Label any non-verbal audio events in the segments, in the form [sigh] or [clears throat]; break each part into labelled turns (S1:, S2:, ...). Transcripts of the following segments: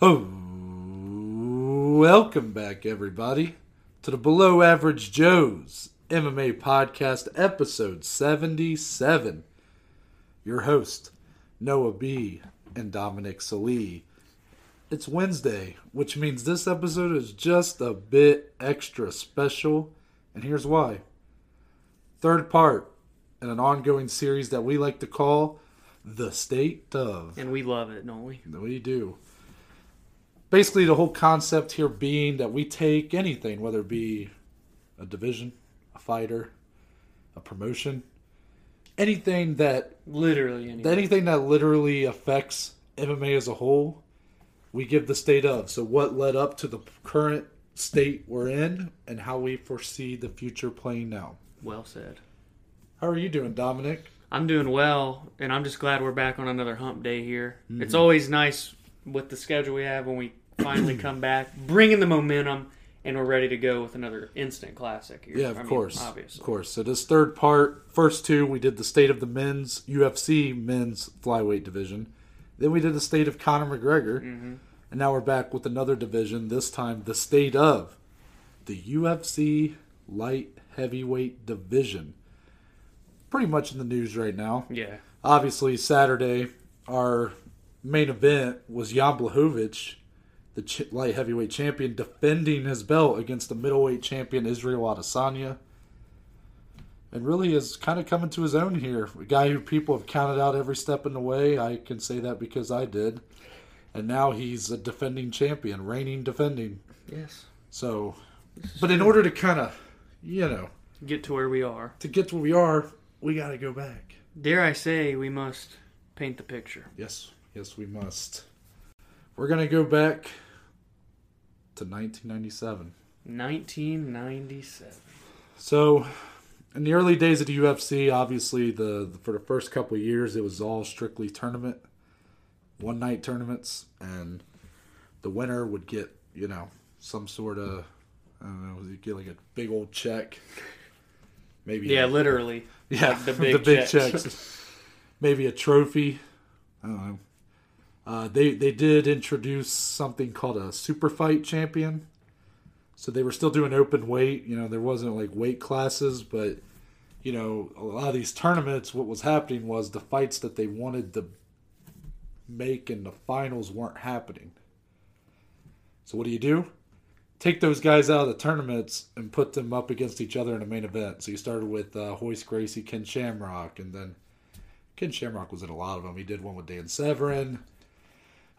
S1: Oh, welcome back, everybody, to the Below Average Joe's MMA Podcast, episode 77. Your host, Noah B. and Dominic Salee. It's Wednesday, which means this episode is just a bit extra special, and here's why. Third part in an ongoing series that we like to call The State of.
S2: And we love it, don't we?
S1: We do. Basically, the whole concept here being that we take anything, whether it be a division, a fighter, a promotion, anything that
S2: Literally anything.
S1: anything that literally affects MMA as a whole, we give the state of. So, what led up to the current state we're in, and how we foresee the future playing now.
S2: well said.
S1: How are you doing, Dominic?
S2: I'm doing well, and I'm just glad we're back on another hump day here.
S1: Mm-hmm.
S2: It's always nice with the schedule we have when we finally come back, bringing the momentum, and we're ready to go with another instant classic here.
S1: Yeah, of
S2: I mean,
S1: course,
S2: Obviously.
S1: of course. So this third part, first two, we did the state of the men's UFC men's flyweight division. Then we did the state of Conor McGregor,
S2: Mm-hmm.
S1: and now we're back with another division. This time, the state of the UFC light heavyweight division. Pretty much in the news right now.
S2: Yeah.
S1: Obviously, Saturday, our main event was Jan Blachowicz, the ch- light heavyweight champion, defending his belt against the middleweight champion Israel Adesanya. And really is kind of coming to his own here. A guy who people have counted out every step in the way. I can say that because I did. And now he's a defending champion, reigning defending.
S2: Yes.
S1: So, but in order to kind of, you know,
S2: Get to where we are.
S1: to get to where we are, we got to go back.
S2: Dare I say, we must paint the picture.
S1: Yes, yes, we must. We're gonna go back to 1997.
S2: 1997.
S1: So, in the early days of the UFC, obviously the, for the first couple of years it was all strictly tournament, one night tournaments, and the winner would get you know some sort of I don't know, you get like a big old check, [laughs] maybe
S2: [laughs] Yeah, literally.
S1: yeah,
S2: Like the
S1: [laughs]
S2: big checks.
S1: Maybe a trophy. I don't know. Uh, they they did introduce something called a super fight champion. So they were still doing open weight. You know, there wasn't like weight classes, but you know, a lot of these tournaments, what was happening was the fights that they wanted to make in the finals weren't happening. So what do you do? Take those guys out of the tournaments and put them up against each other in a main event. So you started with uh, Hoist Gracie, Ken Shamrock, and then Ken Shamrock was in a lot of them. He did one with Dan Severin.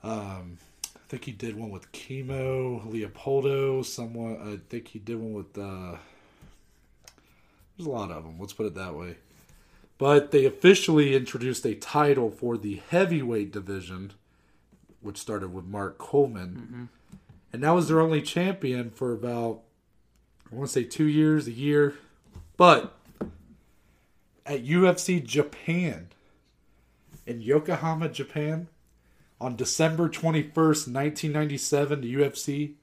S1: Um, I think he did one with Chemo Leopoldo. Someone I think he did one with. Uh, there's a lot of them. Let's put it that way. But they officially introduced a title for the heavyweight division, which started with Mark Coleman, and that was their only champion for about I want to say two years, a year, but at UFC Japan in Yokohama, Japan, on December 21st, 1997, the UFC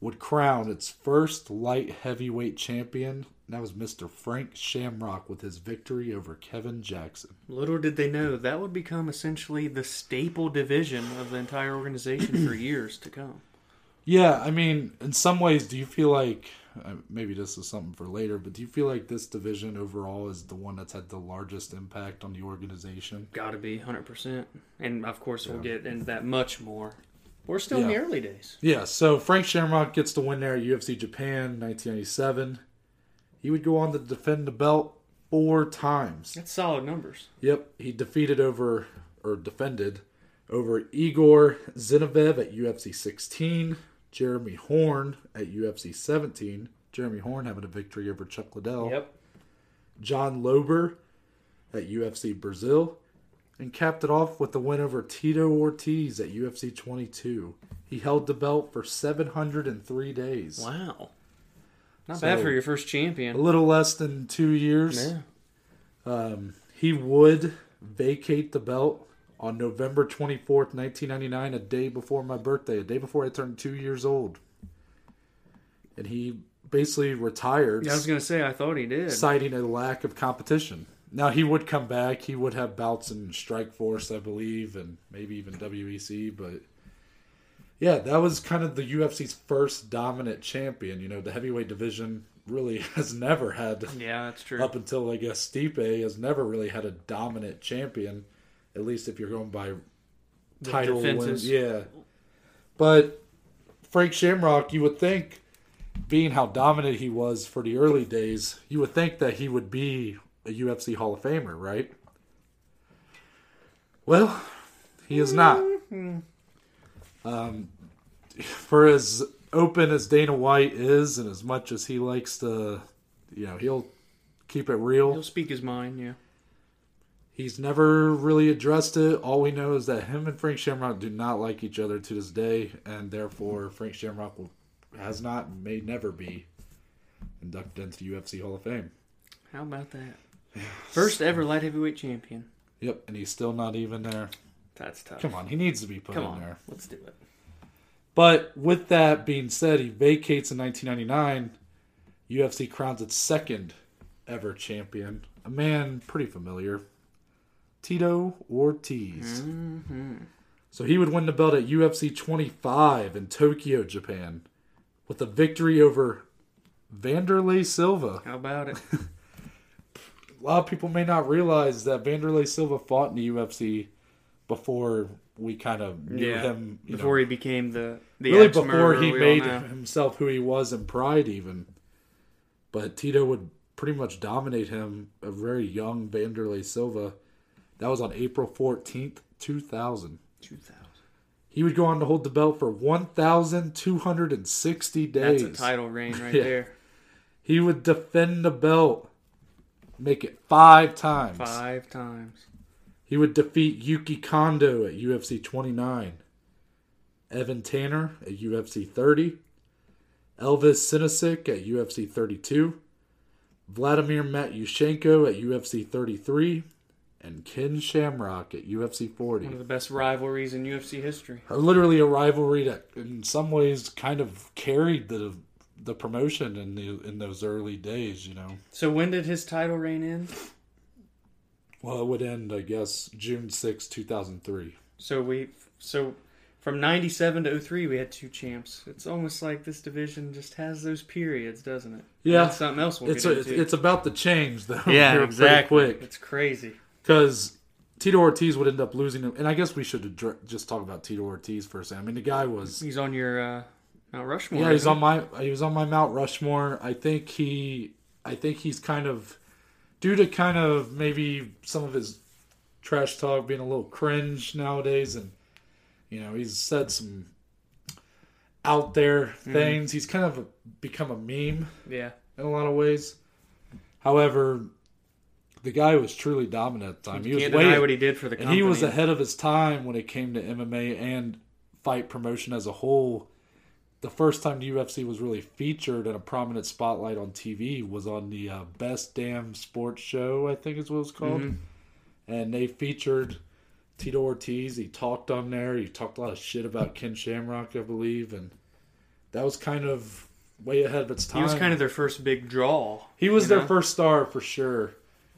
S1: would crown its first light heavyweight champion. And that was Mr. Frank Shamrock with his victory over Kevin Jackson.
S2: Little did they know that would become essentially the staple division of the
S1: [clears throat]
S2: entire organization for years to come.
S1: Yeah, I mean, in some ways, do you feel like uh, maybe this is something for later, but do you feel like this division overall is the one that's had the largest impact on the organization?
S2: Got to be 100%. And of course, we'll get into that much more. We're still in
S1: Yeah.
S2: the early days.
S1: Yeah, so Frank Shamrock gets the win there at UFC Japan 1997. He would go on to defend the belt four times.
S2: That's solid numbers.
S1: Yep, he defeated over, or defended over Igor Zinevev at UFC 16, Jeremy Horn at UFC 17, Jeremy Horn having a victory over Chuck Liddell,
S2: Yep.
S1: John Lober at UFC Brazil, and capped it off with the win over Tito Ortiz at UFC 22. He held the belt for 703 days.
S2: Wow. Not
S1: So-
S2: bad for your first
S1: A
S2: champion.
S1: little less than two years.
S2: Yeah.
S1: He would vacate the belt on November 24th, 1999, a day before my birthday, a day before I turned two years old. And he basically retired,
S2: Yeah, I was going to say, I thought he did.
S1: citing a lack of competition. Now, he would come back. He would have bouts in Strike Force, I believe, and maybe even WEC, but E Yeah, that was kind of the UFC's first dominant champion. You know, the heavyweight division really [laughs] has never had
S2: Yeah, that's true.
S1: up until I guess Stipe has never really had a dominant champion, at least if you're going by
S2: The
S1: title wins.
S2: defenses.
S1: Yeah, but Frank Shamrock, you would think, being how dominant he was for the early days, you would think that he would be a UFC Hall of Famer, right? Well, he is not. Um,
S2: Mm-hmm.
S1: for as open as Dana White is, and as much as he likes to, you know, he'll keep it real.
S2: He'll speak his mind. Yeah.
S1: He's never really addressed it. All we know is that him and Frank Shamrock do not like each other to this day, and therefore Frank Shamrock will, has not, may never be inducted into the UFC Hall of Fame.
S2: How about that?
S1: [sighs]
S2: First ever light heavyweight champion.
S1: Yep, and he's still not even there.
S2: That's tough.
S1: Come on, he needs to be put
S2: Come
S1: in
S2: on.
S1: there.
S2: Let's do it.
S1: But with that being said, he vacates in 1999. UFC crowns its second ever champion, a man pretty familiar, Tito Ortiz.
S2: Mm-hmm.
S1: So he would win the belt at UFC 25 in Tokyo, Japan, with a victory over Vanderlei Silva.
S2: How about it?
S1: A lot of people may not realize that Vanderlei Silva fought in the UFC before we kind of knew
S2: Yeah.
S1: him. [laughs] you know,
S2: Before he became the the
S1: really before
S2: ex-murderer
S1: he
S2: we all
S1: made
S2: know.
S1: himself who he was in Pride, even. But Tito would pretty much dominate him. A very young Vanderlei Silva. That was on April fourteenth, two thousand.
S2: 2000.
S1: He would go on to hold the belt for one thousand two hundred and sixty days.
S2: That's a title reign right
S1: [laughs] Yeah.
S2: there.
S1: He would defend the belt, make it five times.
S2: Five times.
S1: He would defeat Yuki Kondo at UFC 29, Evan Tanner at UFC 30, Elvis Sinisic at UFC 32, Vladimir Matyushenko at UFC 33, and Ken Shamrock at UFC
S2: One of
S1: 40.
S2: the best rivalries in UFC history.
S1: Literally a rivalry that, in some ways, kind of carried the the promotion in the in those early days. You know,
S2: So when did his title reign end?
S1: well, it would end, I guess, June 6, 2003.
S2: So we so from 97 to 03 we had two champs. It's almost like this division just has those periods, doesn't it? And
S1: Yeah.
S2: that's something else we'll
S1: it's
S2: get
S1: a,
S2: into.
S1: it's about the change though. [laughs]
S2: yeah,
S1: Here
S2: exactly.
S1: Pretty quick
S2: It's crazy.
S1: because Tito Ortiz would end up losing him, and I guess we should addre- just talk about Tito Ortiz for a second. I mean, the guy was
S2: He's on your uh Mount Rushmore.
S1: yeah, he's
S2: isn't
S1: on my he was on my Mount Rushmore. I think he I think he's kind of due to kind of maybe some of his trash talk being a little cringe nowadays, and you know he's said some out there
S2: Mm-hmm.
S1: things. He's kind of become a meme
S2: he? Yeah.
S1: in a lot of ways. However, the guy was truly dominant at the time. He was
S2: Can't
S1: way,
S2: deny what he did for the
S1: and
S2: company.
S1: he was ahead of his time when it came to MMA and fight promotion as a whole. The first time the UFC was really featured in a prominent spotlight on TV was on the uh, Best Damn Sports Show, I think is what it's called,
S2: Mm-hmm.
S1: and they featured Tito Ortiz. He talked on there. He talked a lot of shit about Ken Shamrock, I believe, and that was kind of way ahead of its time.
S2: He was kind of their first big draw.
S1: He was
S2: you
S1: their
S2: know?
S1: first star for sure,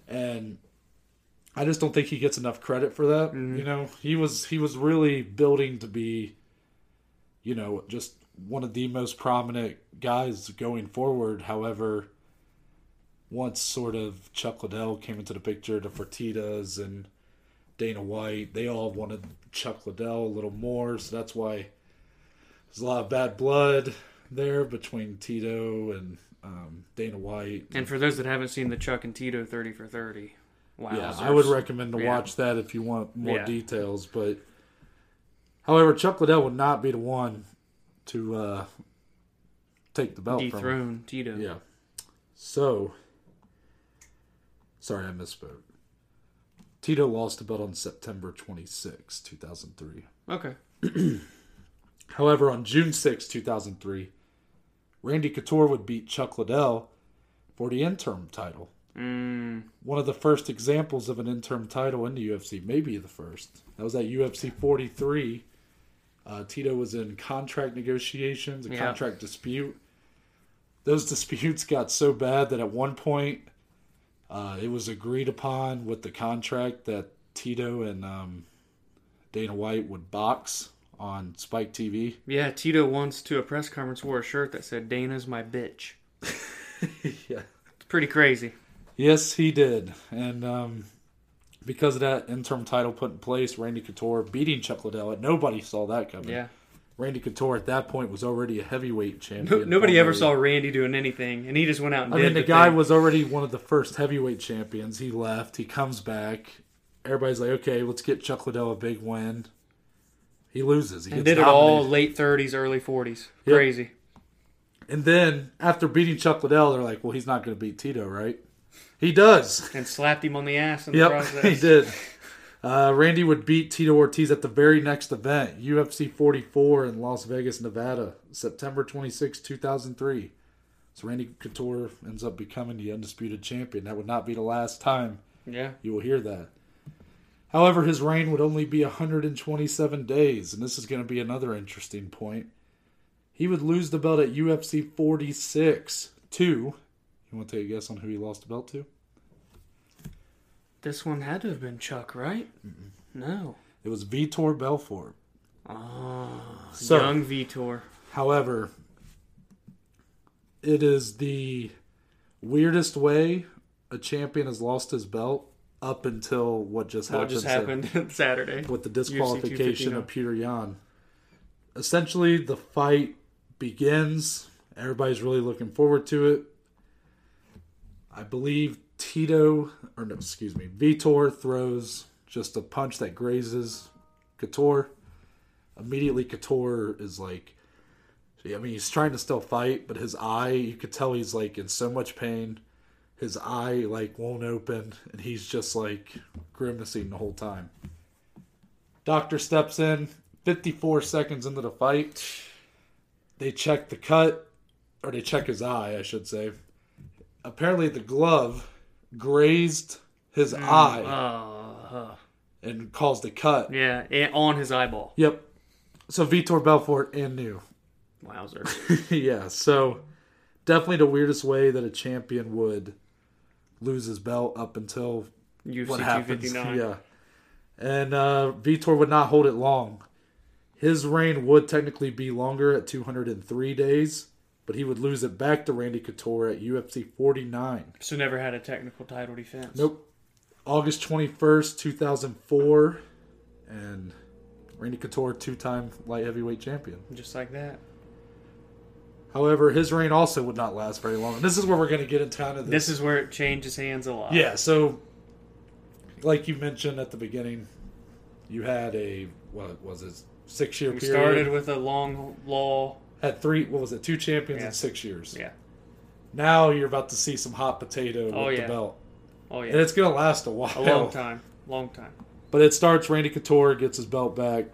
S1: and I just don't think he gets enough credit for that.
S2: Mm-hmm.
S1: You know, he was he was really building to be, you know, just one of the most prominent guys going forward. However, once sort of Chuck Liddell came into the picture, the Fertitas and Dana White, they all wanted Chuck Liddell a little more, so that's why there's a lot of bad blood there between Tito and um, Dana White.
S2: And for those that haven't seen the Chuck and Tito 30 for 30, wow.
S1: Yeah, I would recommend to
S2: Yeah.
S1: watch that if you want more
S2: Yeah.
S1: details. But however, Chuck Liddell would not be the one to uh, take the belt from. him.
S2: dethrone Tito.
S1: Yeah. So, sorry, I misspoke. Tito lost the belt on September 26, 2003.
S2: Okay.
S1: However, on June 6, 2003, Randy Couture would beat Chuck Liddell for the interim title.
S2: Mm,
S1: one of the first examples of an interim title in the UFC, maybe the first. That was at UFC 43. Uh, Tito was in contract negotiations, a
S2: Yeah.
S1: contract dispute. Those [laughs] disputes got so bad that at one point, uh, it was agreed upon with the contract that Tito and um, Dana White would box on Spike TV.
S2: Yeah, Tito once to a press conference wore a shirt that said "Dana's my bitch."
S1: yeah.
S2: It's pretty crazy.
S1: Yes, he did. And um, because of that interim title put in place, Randy Couture beating Chuck Liddell, and nobody saw that coming.
S2: Yeah.
S1: Randy Couture at that point was already a heavyweight champion.
S2: No, nobody ever
S1: already.
S2: saw Randy doing anything, and he just went out and
S1: I
S2: did
S1: mean, the
S2: the
S1: guy
S2: thing.
S1: was already one of the first heavyweight champions. He left. He comes back. Everybody's like, okay, let's get Chuck Liddell a big win. He loses. He
S2: and
S1: gets
S2: did it all
S1: dominated.
S2: late 30s, early 40s.
S1: Yeah.
S2: Crazy.
S1: And then after beating Chuck Liddell, they're like, well, he's not going to beat Tito, right? He does.
S2: And slapped him on the ass in the
S1: Yep, [laughs]
S2: process.
S1: he did. Uh, Randy would beat Tito Ortiz at the very next event, UFC 44 in Las Vegas, Nevada, September 26, 2003. So Randy Couture ends up becoming the undisputed champion. That would not be the last time
S2: Yeah.
S1: you will hear that. However, his reign would only be 127 days, and this is going to be another interesting point. He would lose the belt at UFC 46 to. You want to take a guess on who he lost the belt to?
S2: This one had to have been Chuck, right? No.
S1: It was Vitor Belfort.
S2: Oh,
S1: So-
S2: young Vitor.
S1: However, it is the weirdest way a champion has lost his belt up until what just
S2: What
S1: happened.
S2: just
S1: So-
S2: happened [laughs] Saturday?
S1: with the
S2: UFC
S1: disqualification
S2: 250,
S1: of Peter Yan. Essentially, the fight begins. Everybody's really looking forward to it. I believe Tito, or no, excuse me, Vitor throws just a punch that grazes Couture. Immediately, Couture is like, I mean, he's trying to still fight, but his eye, you could tell he's like in so much pain. His eye, like, won't open, and he's just like grimacing the whole time. Doctor steps in 54 seconds into the fight. They check the cut, or they check his eye, I should say. Apparently, the glove grazed his eye
S2: Oh,
S1: and caused a cut.
S2: yeah, and on his eyeball.
S1: Yep. So Vitor Belfort and new. [laughs]
S2: Wowzer.
S1: yeah, so definitely the weirdest way that a champion would lose his belt up until
S2: UFC
S1: what happens.
S2: 259.
S1: Yeah. And uh, Vitor would not hold it long. His reign would technically be longer at 203 days, but he would lose it back to Randy Couture at UFC 49.
S2: So never had a technical title defense.
S1: Nope. August 21st, 2004. And Randy Couture, two time light heavyweight champion.
S2: Just like that.
S1: However, his reign also would not last very long. And this is where we're going to get into kind of the
S2: This is where it changes hands a lot.
S1: Yeah, so like you mentioned at the beginning, you had a what was it six year
S2: We
S1: period?
S2: started with a long law.
S1: had three what was it, two champions
S2: Yeah.
S1: in six years.
S2: Yeah.
S1: Now you're about to see some hot potato
S2: Oh,
S1: with
S2: yeah.
S1: the belt.
S2: Oh
S1: And
S2: yeah.
S1: it's gonna last a while.
S2: A long time. Long time.
S1: But it starts Randy Couture gets his belt back.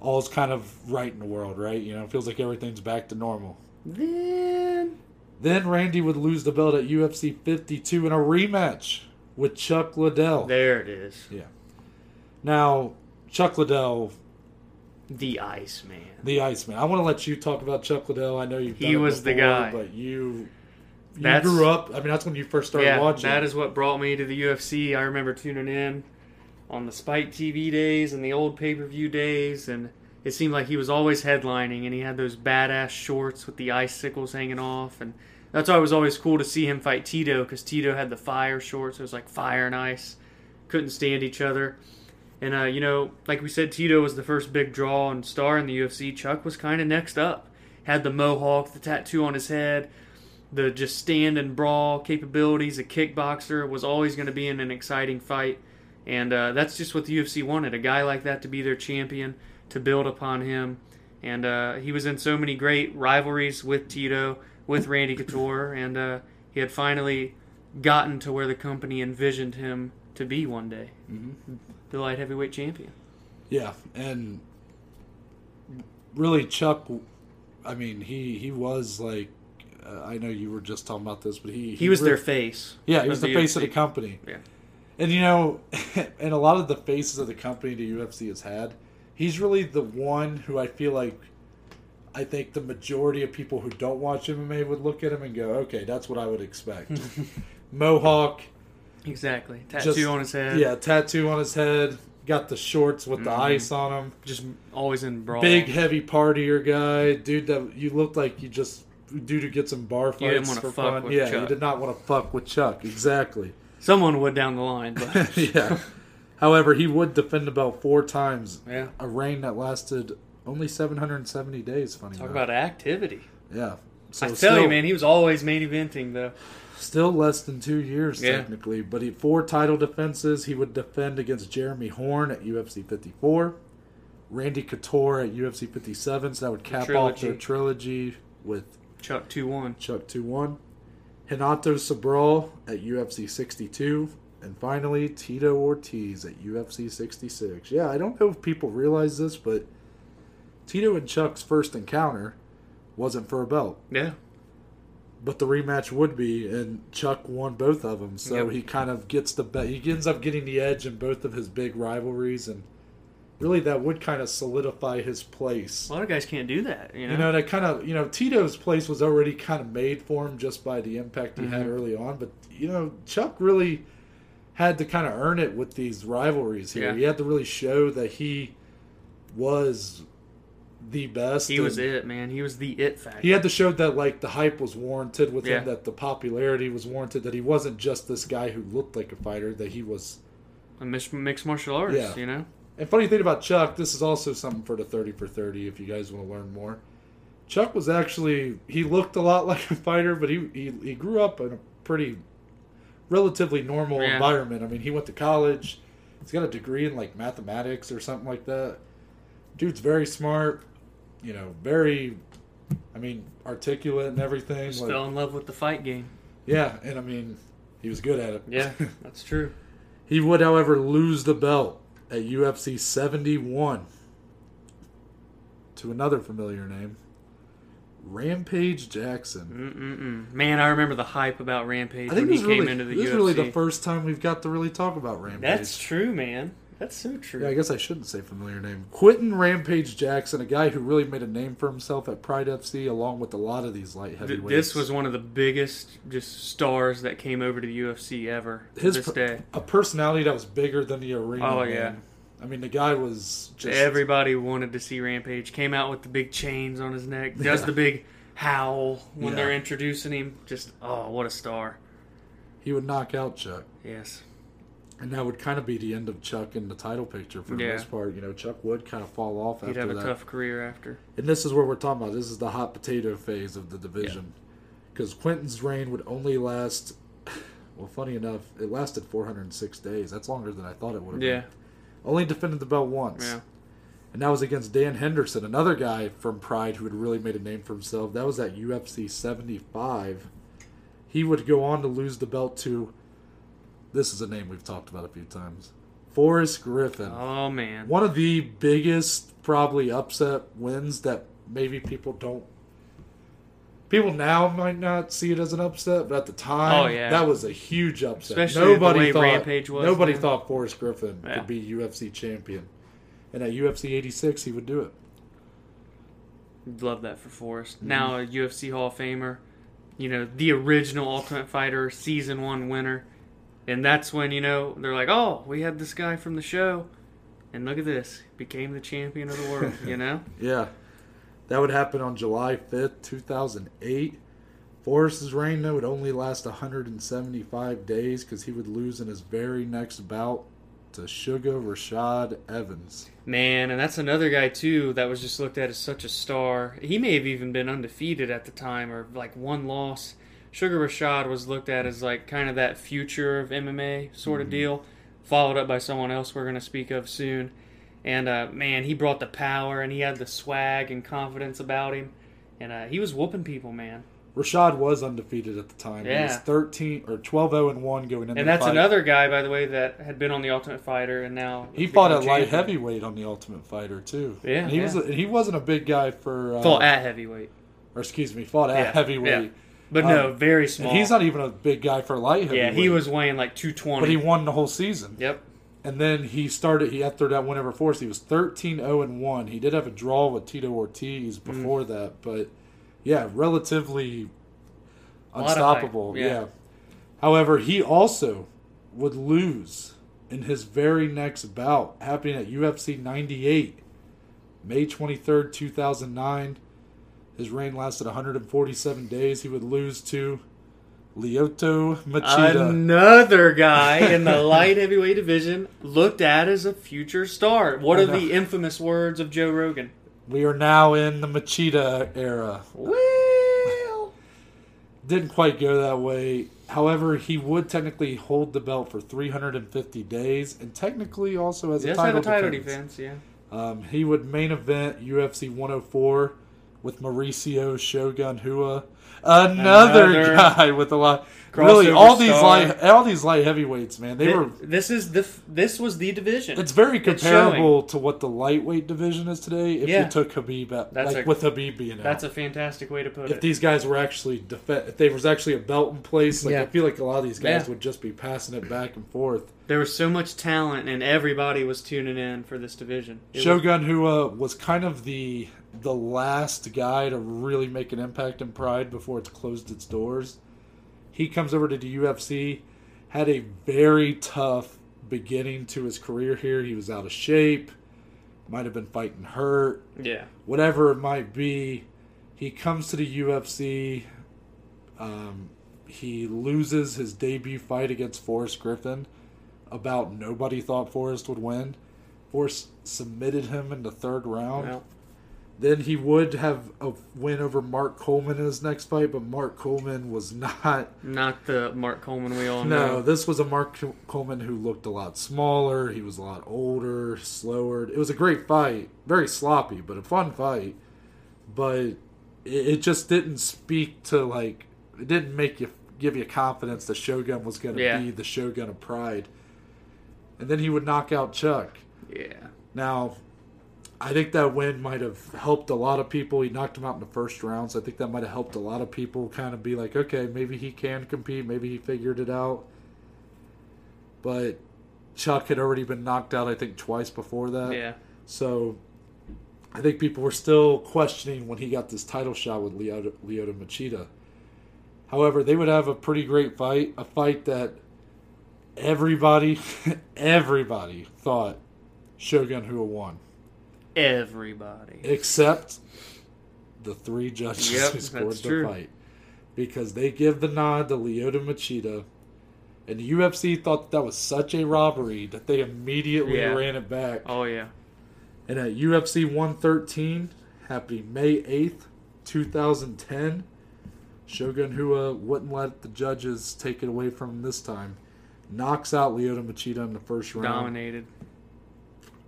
S1: All's kind of right in the world, right? You know, it feels like everything's back to normal.
S2: Then
S1: Then Randy would lose the belt at UFC 52 in a rematch with Chuck Liddell.
S2: there it is.
S1: Yeah. Now, Chuck Liddell,
S2: The Iceman.
S1: the Iceman. I want to let you talk about Chuck Liddell. I know you've
S2: He
S1: done it
S2: was the
S1: before,
S2: guy.
S1: but you, you
S2: That's-
S1: grew up. I mean, that's when you first started
S2: Yeah,
S1: watching.
S2: that is what brought me to the UFC. I remember tuning in on the Spike TV days and the old pay per view days, and it seemed like he was always headlining, and he had those badass shorts with the icicles hanging off, and that's why it was always cool to see him fight Tito because Tito had the fire shorts. It was like fire and ice, couldn't stand each other. And uh, you know, like we said, Tito was the first big draw and star in the UFC. Chuck was kind of next up. Had the mohawk, the tattoo on his head, the just stand and brawl capabilities. A kickboxer was always going to be in an exciting fight, and uh, that's just what the UFC wanted—a guy like that to be their champion, to build upon him. And uh, he was in so many great rivalries with Tito, with Randy Couture, and uh, he had finally gotten to where the company envisioned him to be one day the light heavyweight champion.
S1: yeah, and really, Chuck. I mean, he he was like. Uh, I know you were just talking about this, but he
S2: He was
S1: re-
S2: their face.
S1: Yeah, he was the face of the company.
S2: Yeah.
S1: And you know, [laughs] and a lot of the faces of the company the UFC has had, he's really the one who I feel like I think the majority of people who don't watch MMA would look at him and go, "Okay, that's what I would
S2: [laughs]
S1: expect." Mohawk,
S2: Exactly. Tattoo
S1: Just-
S2: on his head.
S1: yeah, tattoo on his head, Got the shorts with the
S2: Mm-hmm.
S1: ice on them.
S2: Just always in brawl.
S1: Big heavy partier guy, dude. That you looked like you just dude who gets in bar fights
S2: You didn't wanna
S1: for
S2: fuck
S1: fun.
S2: with
S1: yeah, you
S2: Chuck.
S1: did not want to fuck with Chuck. Exactly.
S2: Someone would down the
S1: [laughs]
S2: line, but
S1: yeah. However, he would defend the belt four times.
S2: yeah.
S1: A reign that lasted only 770 days. Funny enough.
S2: Talk about activity.
S1: yeah. So
S2: I tell
S1: still-
S2: you, man, he was always main eventing though.
S1: Still less than two years
S2: Yeah.
S1: technically, but he four title defenses. He would defend against Jeremy Horn at UFC 54, Randy Couture at UFC 57. So that would cap off their
S2: trilogy.
S1: trilogy with
S2: Chuck two one.
S1: Chuck 2 1, Hinato Sabral at UFC 62, and finally Tito Ortiz at UFC 66. Yeah, I don't know if people realize this, but Tito and Chuck's first encounter wasn't for a belt
S2: Yeah.
S1: but the rematch would be, and Chuck won both of them. So
S2: Yep.
S1: he kind of gets the bet. He ends up getting the edge in both of his big rivalries, and really that would kind of solidify his place.
S2: A lot of guys can't do that, you know.
S1: You know, that kind of you know Tito's place was already kind of made for him just by the impact he
S2: Mm-hmm.
S1: had early on, but you know Chuck really had to kind of earn it with these rivalries here.
S2: Yeah.
S1: He had to really show that he was the best.
S2: he was
S1: and-
S2: it, man. He was the it factor.
S1: he had to show that like the hype was warranted with him,
S2: Yeah.
S1: that the popularity was warranted, that he wasn't just this guy who looked like a fighter, that he was.
S2: A mixed, mixed martial artist,
S1: Yeah.
S2: you know.
S1: And funny thing about Chuck, this is also something for the thirty for thirty. If you guys want to learn more, Chuck was actually he looked a lot [laughs] like a fighter, but he he, he grew up in a pretty relatively normal
S2: Yeah.
S1: environment. I mean, he went to college. He's got a degree in like mathematics or something like that. Dude's very smart, you know, very, I mean, articulate and everything.
S2: Just
S1: like-
S2: fell in love with the fight game.
S1: Yeah, and I mean, he was good at it.
S2: Yeah, [laughs] that's true.
S1: he would, however, lose the belt at UFC 71 to another familiar name, Rampage Jackson.
S2: Mm-mm-mm. Man, I remember the hype about Rampage
S1: I think
S2: when
S1: this
S2: he
S1: is
S2: came
S1: really,
S2: into the
S1: this is
S2: UFC.
S1: really the first time we've got to really talk about Rampage.
S2: that's true, man. That's so true.
S1: yeah, I guess I shouldn't say familiar name. Quentin Rampage Jackson, a guy who really made a name for himself at Pride FC, along with a lot of these light
S2: Th-
S1: heavyweights.
S2: this was one of the biggest just stars that came over to the UFC ever to
S1: His
S2: this
S1: per-
S2: day.
S1: a personality that was bigger than the arena.
S2: Oh,
S1: man.
S2: yeah.
S1: I mean, the guy was just
S2: Everybody wanted to see Rampage. Came out with the big chains on his neck. Does
S1: Yeah.
S2: the big howl when
S1: Yeah.
S2: they're introducing him. Just oh, what a star!
S1: he would knock out Chuck.
S2: Yes,
S1: And that would kind of be the end of Chuck in the title picture for the
S2: Yeah.
S1: most part. You know, Chuck would kind of fall off
S2: he'd
S1: after
S2: have a
S1: that.
S2: tough career after.
S1: And this is what we're talking about. This is the hot potato phase of the division. Because Quentin's reign would only last, [sighs] well, funny enough, it lasted 406 days. That's longer than I thought it would have
S2: Yeah,
S1: been. Only defended the belt once.
S2: yeah.
S1: And that was against Dan Henderson, another guy from Pride who had really made a name for himself. That was at UFC 75. He would go on to lose the belt to, this is a name we've talked about a few times, Forrest Griffin.
S2: Oh man,
S1: One of the biggest, probably upset wins that maybe people don't. People now might not see it as an upset, but at the time,
S2: Oh, yeah.
S1: that was a huge upset.
S2: Especially the
S1: nobody
S2: way
S1: thought
S2: Rampage was
S1: nobody
S2: then.
S1: thought Forrest Griffin
S2: Yeah.
S1: could be UFC champion, and at UFC 86 he would do it.
S2: love that for Forrest.
S1: Mm-hmm.
S2: Now a UFC Hall of Famer, you know, the original Ultimate Fighter season one winner, and that's when you know they're like, oh, we had this guy from the show, and look at this, became the champion of the world.
S1: [laughs]
S2: you know,
S1: Yeah, that would happen on July 5th, 2008. Forrest's reign though would only last 175 days because he would lose in his very next bout to Sugar Rashad Evans.
S2: man, and that's another guy too that was just looked at as such a star. He may have even been undefeated at the time, or like one loss. Sugar Rashad was looked at as like kind of that future of MMA sort
S1: Mm-hmm.
S2: of deal, followed up by someone else we're going to speak of soon. And uh, man, he brought the power and he had the swag and confidence about him. And uh, he was whooping people, man.
S1: Rashad was undefeated at the time. He was
S2: Yeah.
S1: 13 or 12 0 and 1 going into
S2: And
S1: the
S2: that's
S1: fight.
S2: another guy, by the way, that had been on the Ultimate Fighter and now
S1: He
S2: has
S1: fought
S2: become
S1: at light
S2: champion.
S1: heavyweight on the Ultimate Fighter too.
S2: Yeah,
S1: and he was
S2: yeah.
S1: a, he wasn't a big guy for uh,
S2: Fought at heavyweight,
S1: or excuse me, fought at
S2: Yeah,
S1: heavyweight.
S2: yeah. but no, very small.
S1: Um, And he's not even a big guy for light
S2: Yeah,
S1: heavyweight.
S2: he was weighing like two
S1: but
S2: twenty.
S1: he won the whole season.
S2: Yep.
S1: And then he started. He after that win over Forrest, he was 13 0 and 1. He did have a draw with Tito Ortiz
S2: Mm.
S1: before that, but yeah, relatively
S2: lot of hype,
S1: unstoppable.
S2: yeah.
S1: yeah. However, he also would lose in his very next bout, happening at UFC 98, May 23rd, 2009. His reign lasted 147 days. He would lose to Lyoto Machida. [laughs]
S2: Another guy in the light heavyweight division looked at as a future star. What
S1: I
S2: are
S1: know.
S2: the infamous words of Joe Rogan?
S1: we are now in the Machida era.
S2: Well,
S1: Didn't quite go that way. However, he would technically hold the belt for 350 days, and technically also has
S2: he
S1: a
S2: does have
S1: title
S2: a title
S1: defense.
S2: defense, yeah.
S1: Um, he would main event UFC 104 with Mauricio Shogun Hua, another,
S2: Another
S1: guy with a lot. Really, all
S2: crossover
S1: these
S2: star.
S1: light, all these light heavyweights, man. They
S2: Thi-
S1: were.
S2: this is the f- this was the division.
S1: It's very
S2: it's showing.
S1: comparable to what the lightweight division is today. If
S2: Yeah.
S1: you took Habib, out,
S2: That's
S1: like
S2: a-
S1: with Habib being out,
S2: That's a fantastic way to put
S1: if
S2: it.
S1: these guys were actually def- if there was actually a belt in place, like
S2: Yeah.
S1: I feel like a lot of these guys
S2: Yeah.
S1: would just be passing it back and forth.
S2: there was so much talent, and everybody was tuning in for this division. It was-
S1: Shogun Hua was kind of the the last guy to really make an impact in Pride before it's closed its doors. He comes over to the UFC, had a very tough beginning to his career here. He was out of shape, might have been fighting hurt,
S2: yeah,
S1: whatever it might be. He comes to the UFC. Um, he loses his debut fight against Forrest Griffin. About nobody thought Forrest would win. Forrest submitted him in the third round.
S2: well,
S1: Then he would have a win over Mark Coleman in his next fight, but Mark Coleman was [laughs] not.
S2: not the Mark Coleman we all
S1: No,
S2: know.
S1: this was a Mark Co- Coleman who looked a lot smaller. He was a lot older, slower. It was a great fight, very sloppy, but a fun fight. But it, it just didn't speak to like it didn't make you give you confidence that Shogun was going to
S2: Yeah.
S1: be the Shogun of Pride. And then he would knock out Chuck.
S2: Yeah,
S1: Now, I think that win might have helped a lot of people. He knocked him out in the first round, so I think that might have helped a lot of people kind of be like, okay, maybe he can compete. Maybe he figured it out. But Chuck had already been knocked out, I think, twice before that.
S2: yeah.
S1: So I think people were still questioning when he got this title shot with Lyoto, Lyoto Machida. However, they would have a pretty great fight, a fight that everybody, [laughs] everybody thought Shogun Hua won,
S2: Everybody.
S1: except the three judges
S2: Yep,
S1: who scored
S2: that's
S1: the
S2: true.
S1: fight. Because they give the nod to Lyoto Machida, and the UFC thought that, that was such a robbery that they immediately
S2: Yeah.
S1: ran it back.
S2: Oh yeah.
S1: And at UFC 113, happening May 8th, 2010, Shogun Hua wouldn't let the judges take it away from him this time. Knocks out Lyoto Machida in the first round
S2: Dominated.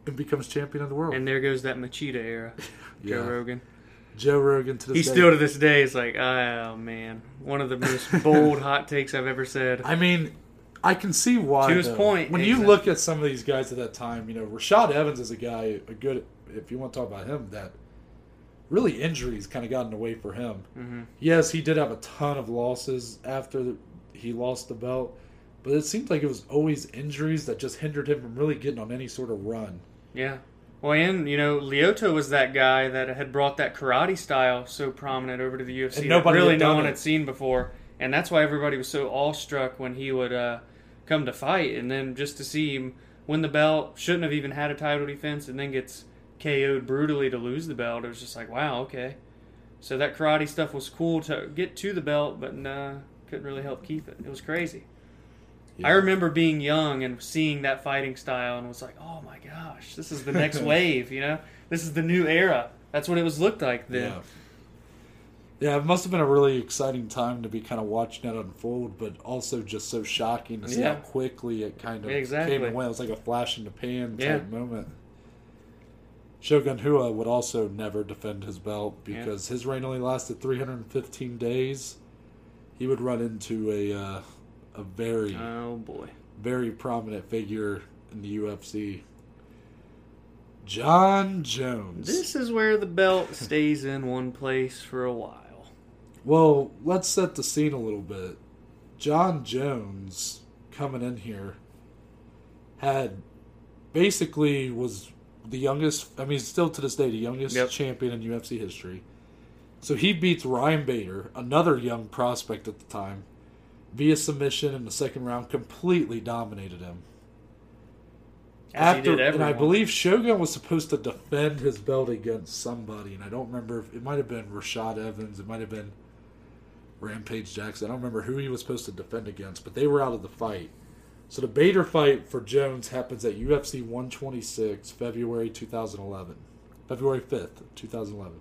S1: and becomes champion of the world.
S2: And there goes that Machida era. Joe
S1: [laughs] Yeah.
S2: Rogan.
S1: Joe Rogan to this
S2: He
S1: day.
S2: still to this day is like, oh man, one of the
S1: [laughs]
S2: most bold hot takes I've ever said.
S1: I mean, I can see why.
S2: To his
S1: though.
S2: point,
S1: when you
S2: exactly.
S1: look at some of these guys at that time, you know, Rashad Evans is a guy, a good, if you want to talk about him, that really injuries kind of got in the way for him.
S2: hmm
S1: Yes, he did have a ton of losses after the, he lost the belt, but it seemed like it was always injuries that just hindered him from really getting on any sort of run.
S2: Yeah. Well, and you know, Lyoto was that guy that had brought that karate style so prominent over to the UFC.
S1: And
S2: that
S1: nobody
S2: really
S1: had
S2: no
S1: done
S2: one
S1: it.
S2: had seen before, and that's why everybody was so awestruck when he would uh, come to fight, and then just to see him win the belt, shouldn't have even had a title defense, and then gets KO'd brutally to lose the belt. It was just like, wow, okay. So that karate stuff was cool to get to the belt, but nah, couldn't really help keep it. It was crazy. I remember being young and seeing that fighting style and was like, oh my gosh, this is the
S1: [laughs]
S2: next wave, you know? This is the new era. That's what it was looked like then.
S1: Yeah. Yeah, it must have been a really exciting time to be kind of watching that unfold, but also just so shocking to see
S2: Yeah.
S1: how quickly it kind of
S2: Exactly.
S1: came and went. It was like a flash in the pan
S2: Yeah.
S1: type moment. Shogun Hua would also never defend his belt
S2: Yeah.
S1: because his reign only lasted 315 days. He would run into a uh, a very
S2: Oh boy.
S1: very prominent figure in the UFC, John Jones.
S2: This is where the belt stays in one place for a while.
S1: Well, let's set the scene a little bit. John Jones coming in here had basically was the youngest. I mean, still to this day, the youngest
S2: Yep.
S1: champion in UFC history. So he beats Ryan Bader, another young prospect at the time, via submission in the second round. Completely dominated him.
S2: As he
S1: after,
S2: did
S1: and I
S2: everyone.
S1: believe Shogun was supposed to defend his belt against somebody, and I don't remember. If, it might have been Rashad Evans. It might have been Rampage Jackson. I don't remember who he was supposed to defend against, but they were out of the fight. So the Bader fight for Jones happens at UFC 126, February 2011, February 5th, 2011.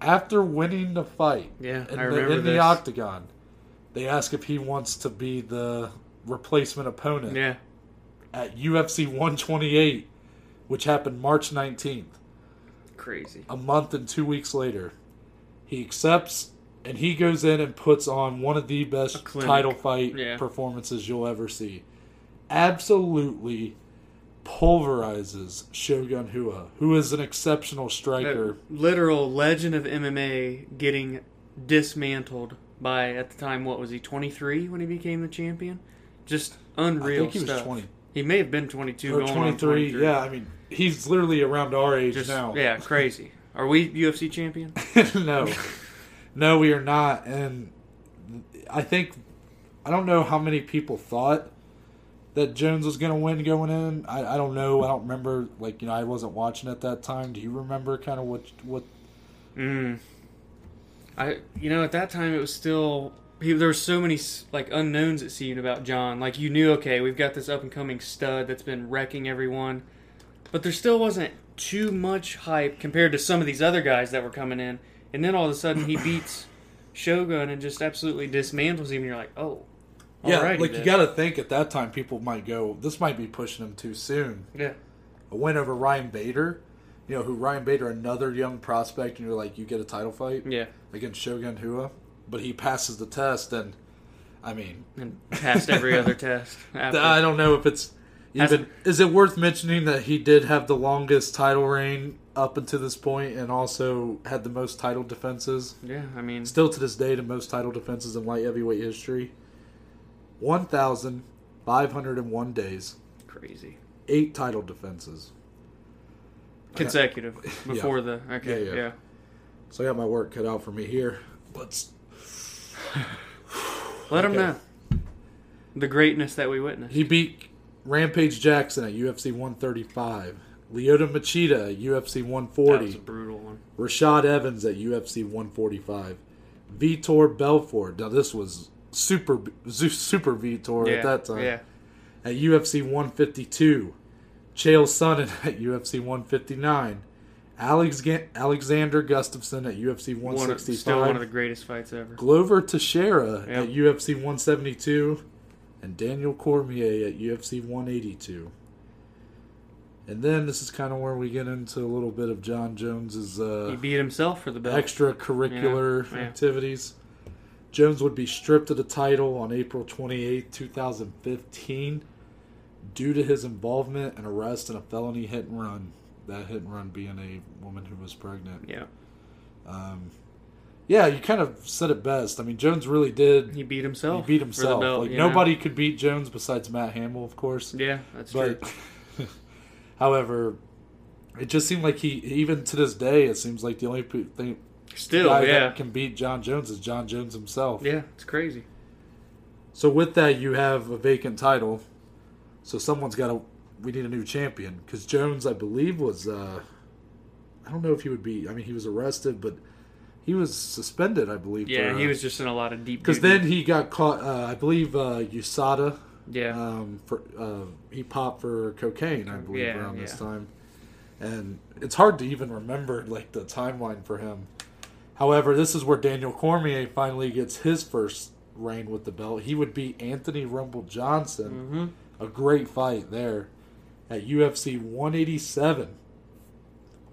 S1: After winning the fight,
S2: Yeah,
S1: in,
S2: I
S1: the,
S2: remember
S1: in the
S2: this.
S1: octagon, they ask if he wants to be the replacement opponent
S2: Yeah.
S1: at UFC 128, which happened March 19th,
S2: Crazy.
S1: a month and two weeks later. He accepts and he goes in and puts on one of the
S2: A
S1: best
S2: clinic.
S1: title fight
S2: Yeah.
S1: performances you'll ever see. Absolutely pulverizes Shogun Hua, who is an exceptional striker.
S2: That literal legend of MMA getting dismantled by at the time what was he 23 when he became the champion? Just unreal
S1: I think he was
S2: stuff.
S1: 20
S2: He may have been 22
S1: or
S2: going
S1: 23.
S2: on 23.
S1: Yeah, I mean, he's literally around our age
S2: Just
S1: now.
S2: yeah, crazy. Are we UFC champion?
S1: [laughs] no, no, we are not. And I think I don't know how many people thought that Jones was going to win going in. I, I don't know. I don't remember. Like you know, I wasn't watching at that time. Do you remember kind of what what?
S2: Mm. I you know at that time it was still he, there were so many s- like unknowns it seemed about John. Like you knew okay we've got this up and coming stud that's been wrecking everyone, but there still wasn't too much hype compared to some of these other guys that were coming in. And then all of a
S1: [clears throat]
S2: sudden he beats Shogun and just absolutely dismantles him. And you're like oh
S1: Yeah,
S2: alrighty
S1: like you
S2: then.
S1: got to think at that time people might go, this might be pushing him too soon.
S2: yeah
S1: A win over Ryan Bader, you know, who Ryan Bader, another young prospect, and you're like, you get a title fight
S2: yeah
S1: against Shogun Hua, but he passes the test, and I mean,
S2: and passed every [laughs] other test. After.
S1: Th- I don't know if it's even.
S2: Hasn't-
S1: Is it worth mentioning that he did have the longest title reign up until this point, and also had the most title defenses?
S2: yeah, I mean
S1: Still to this day, the most title defenses in light heavyweight history. One thousand five hundred and one days,
S2: crazy
S1: eight title defenses.
S2: consecutive before the okay
S1: Yeah, yeah.
S2: yeah.
S1: So I got my work cut out for me here. Let's.
S2: Let him
S1: Okay.
S2: know the greatness that we witnessed.
S1: He beat Rampage Jackson at UFC 135, Leota Machida at UFC 140.
S2: That was a brutal one.
S1: Rashad Evans at UFC 145, Vitor Belfort. Now this was super [laughs] zu- super Vitor at that time
S2: Yeah.
S1: at UFC 152, Chael Sonnen [laughs] at UFC 159, Alex- Alexander Gustafson at UFC
S2: One of, still one
S1: 165,
S2: of the greatest fights ever.
S1: Glover Teixeira at
S2: Yep.
S1: UFC 172, and Daniel Cormier at UFC 182. And then this is kind of where we get into a little bit of John Jones's uh,
S2: He beat himself for the belt.
S1: extracurricular
S2: Yeah, yeah.
S1: activities. Jones would be stripped of the title on April twenty eighth, 2015, due to his involvement and arrest in a felony hit and run. That hit and run being a woman who was pregnant.
S2: Yeah.
S1: Um, yeah, you kind of said it best. I mean, Jones really did.
S2: He beat
S1: He
S2: himself.
S1: beat
S2: for the
S1: himself.
S2: belt,
S1: like
S2: you know?
S1: nobody could beat Jones besides Matt Hamill, of course.
S2: Yeah, that's
S1: But
S2: true.
S1: [laughs] however, it just seemed like he even to this day it seems like the only pe- thing guy
S2: Still, yeah.
S1: that can beat John Jones is John Jones himself.
S2: Yeah, it's crazy.
S1: So with that, you have a vacant title. So someone's got to. We need a new champion because Jones, I believe, was. Uh, I don't know if he would be. I mean, he was arrested, but he was suspended, I believe.
S2: Yeah,
S1: for,
S2: he was just in a lot of deep.
S1: Because
S2: doo-doo.
S1: then he got caught. Uh, I believe uh, USADA.
S2: yeah,
S1: Um, for uh, he popped for cocaine, I believe,
S2: Yeah,
S1: around this
S2: yeah.
S1: time, and it's hard to even remember like the timeline for him. However, this is where Daniel Cormier finally gets his first reign with the belt. He would beat Anthony Rumble Johnson,
S2: hmm
S1: a great fight there, at UFC 187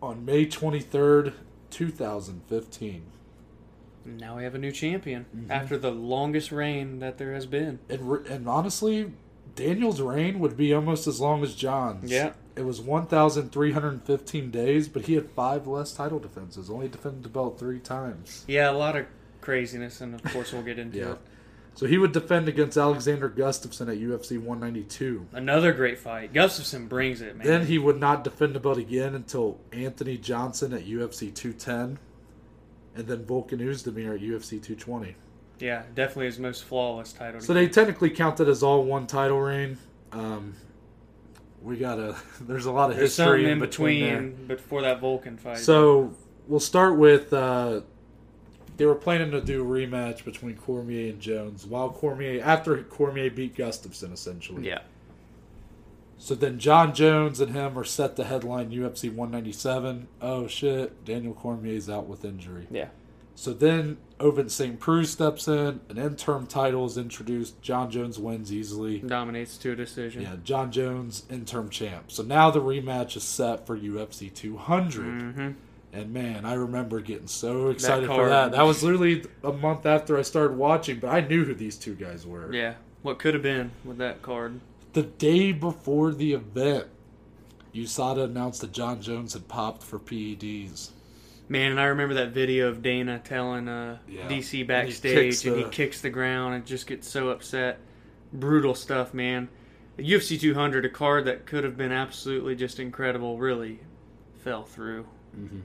S1: on May 23rd, 2015.
S2: now we have a new champion
S1: Mm-hmm.
S2: after the longest reign that there has been.
S1: And, re- and honestly, Daniel's reign would be almost as long as John's.
S2: Yeah.
S1: It was 1,315 days, but he had five less title defenses, only defended the belt three times.
S2: Yeah, a lot of craziness, and of course we'll get into
S1: Yeah.
S2: it.
S1: So he would defend against Alexander Gustafson at UFC 192.
S2: Another great fight. Gustafson brings it, man.
S1: Then he would not defend the belt again until Anthony Johnson at UFC 210, and then Volkan Uzdemir at UFC 220.
S2: yeah, definitely his most flawless title.
S1: So they technically count that as all one title reign. Um, we gotta. [laughs] There's a lot of
S2: There's
S1: history
S2: something
S1: in between. there.
S2: before that Vulcan fight.
S1: So we'll start with uh, they were planning to do a rematch between Cormier and Jones while Cormier after Cormier beat Gustafson essentially.
S2: yeah,
S1: So then John Jones and him are set to headline UFC 197. Oh shit, Daniel Cormier's out with injury.
S2: yeah,
S1: So then Ovin St. Preux steps in, an interim title is introduced. John Jones wins easily.
S2: dominates to a decision.
S1: Yeah, John Jones interim champ. So now the rematch is set for UFC 200.
S2: hmm
S1: And man, I remember getting so excited for
S2: card.
S1: that. That was literally a month after I started watching, but I knew who these two guys were.
S2: yeah. What could have been with that card?
S1: The day before the event, USADA announced that John Jones had popped for E PEDs.
S2: Man, and I remember that video of Dana telling uh,
S1: Yeah.
S2: DC
S1: And he
S2: backstage,
S1: kicks
S2: and he
S1: the-
S2: kicks the ground and just gets so upset. Brutal stuff, man. The UFC 200, a card that could have been absolutely just incredible, really fell through.
S1: Mm-hmm.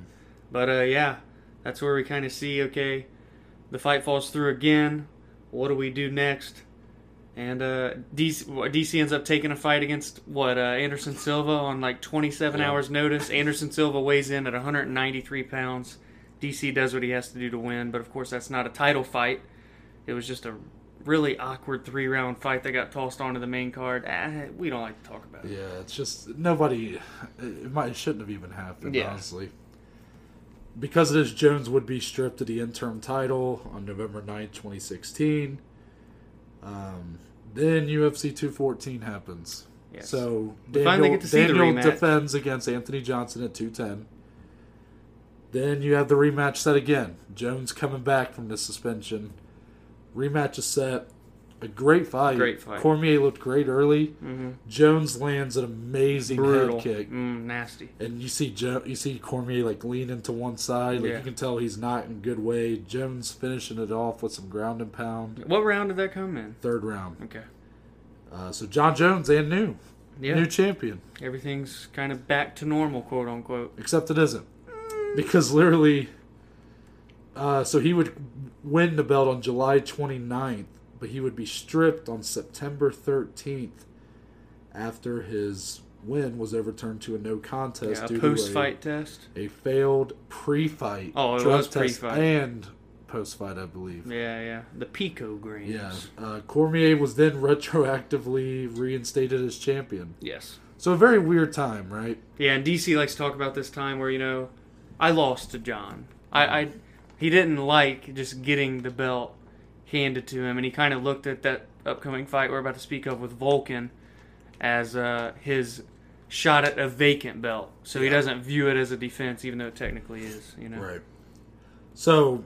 S2: But uh, yeah, that's where we kind of see okay, the fight falls through again. What do we do next? And uh, DC, well, DC ends up taking a fight against what uh, Anderson Silva on like 27
S1: Yeah.
S2: hours notice. Anderson Silva weighs in at 193 pounds. DC does what he has to do to win, but of course that's not a title fight. It was just a really awkward three round fight that got tossed onto the main card. Ah, we don't like to talk about it.
S1: Yeah, it's just nobody. It, might, it shouldn't have even happened,
S2: Yeah.
S1: honestly. Because of this, Jones would be stripped of the interim title on November 9th, 2016. Um, then UFC 214 happens.
S2: Yes.
S1: So
S2: We
S1: Daniel,
S2: finally get to see the
S1: Daniel
S2: rematch.
S1: defends against Anthony Johnson at 210. Then you have the rematch set again. Jones coming back from the suspension. Rematch is set. A great fight.
S2: Great fight.
S1: Cormier looked great early.
S2: hmm
S1: Jones lands an amazing
S2: Brutal,
S1: head kick,
S2: mm, nasty.
S1: and you see jo- you see Cormier like leaning to one side, like
S2: Yeah.
S1: you can tell he's not in good way. Jones finishing it off with some ground and pound.
S2: What round did that come in?
S1: Third round,
S2: Okay.
S1: uh, so John Jones and new
S2: Yeah.
S1: new champion,
S2: Everything's kind of back to normal, quote unquote.
S1: except it isn't because literally, uh, so he would win the belt on July 29th, but he would be stripped on September 13th after his win was overturned to a no contest
S2: Yeah,
S1: due
S2: a
S1: to a-
S2: post fight test.
S1: a failed pre-fight
S2: Oh, it
S1: drug
S2: was
S1: test
S2: pre-fight.
S1: and post-fight, I believe.
S2: Yeah, yeah. The Pico Greens.
S1: Yeah. Uh, Cormier was then [laughs] retroactively reinstated as champion.
S2: Yes.
S1: So a very weird time, right?
S2: Yeah, and DC likes to talk about this time where, you know, I lost to John. I, I he didn't like just getting the belt handed to him and he kind of looked at that upcoming fight we're about to speak of with Vulcan as uh, his shot at a vacant belt. So he
S1: Yeah.
S2: doesn't view it as a defense even though it technically is, you know.
S1: So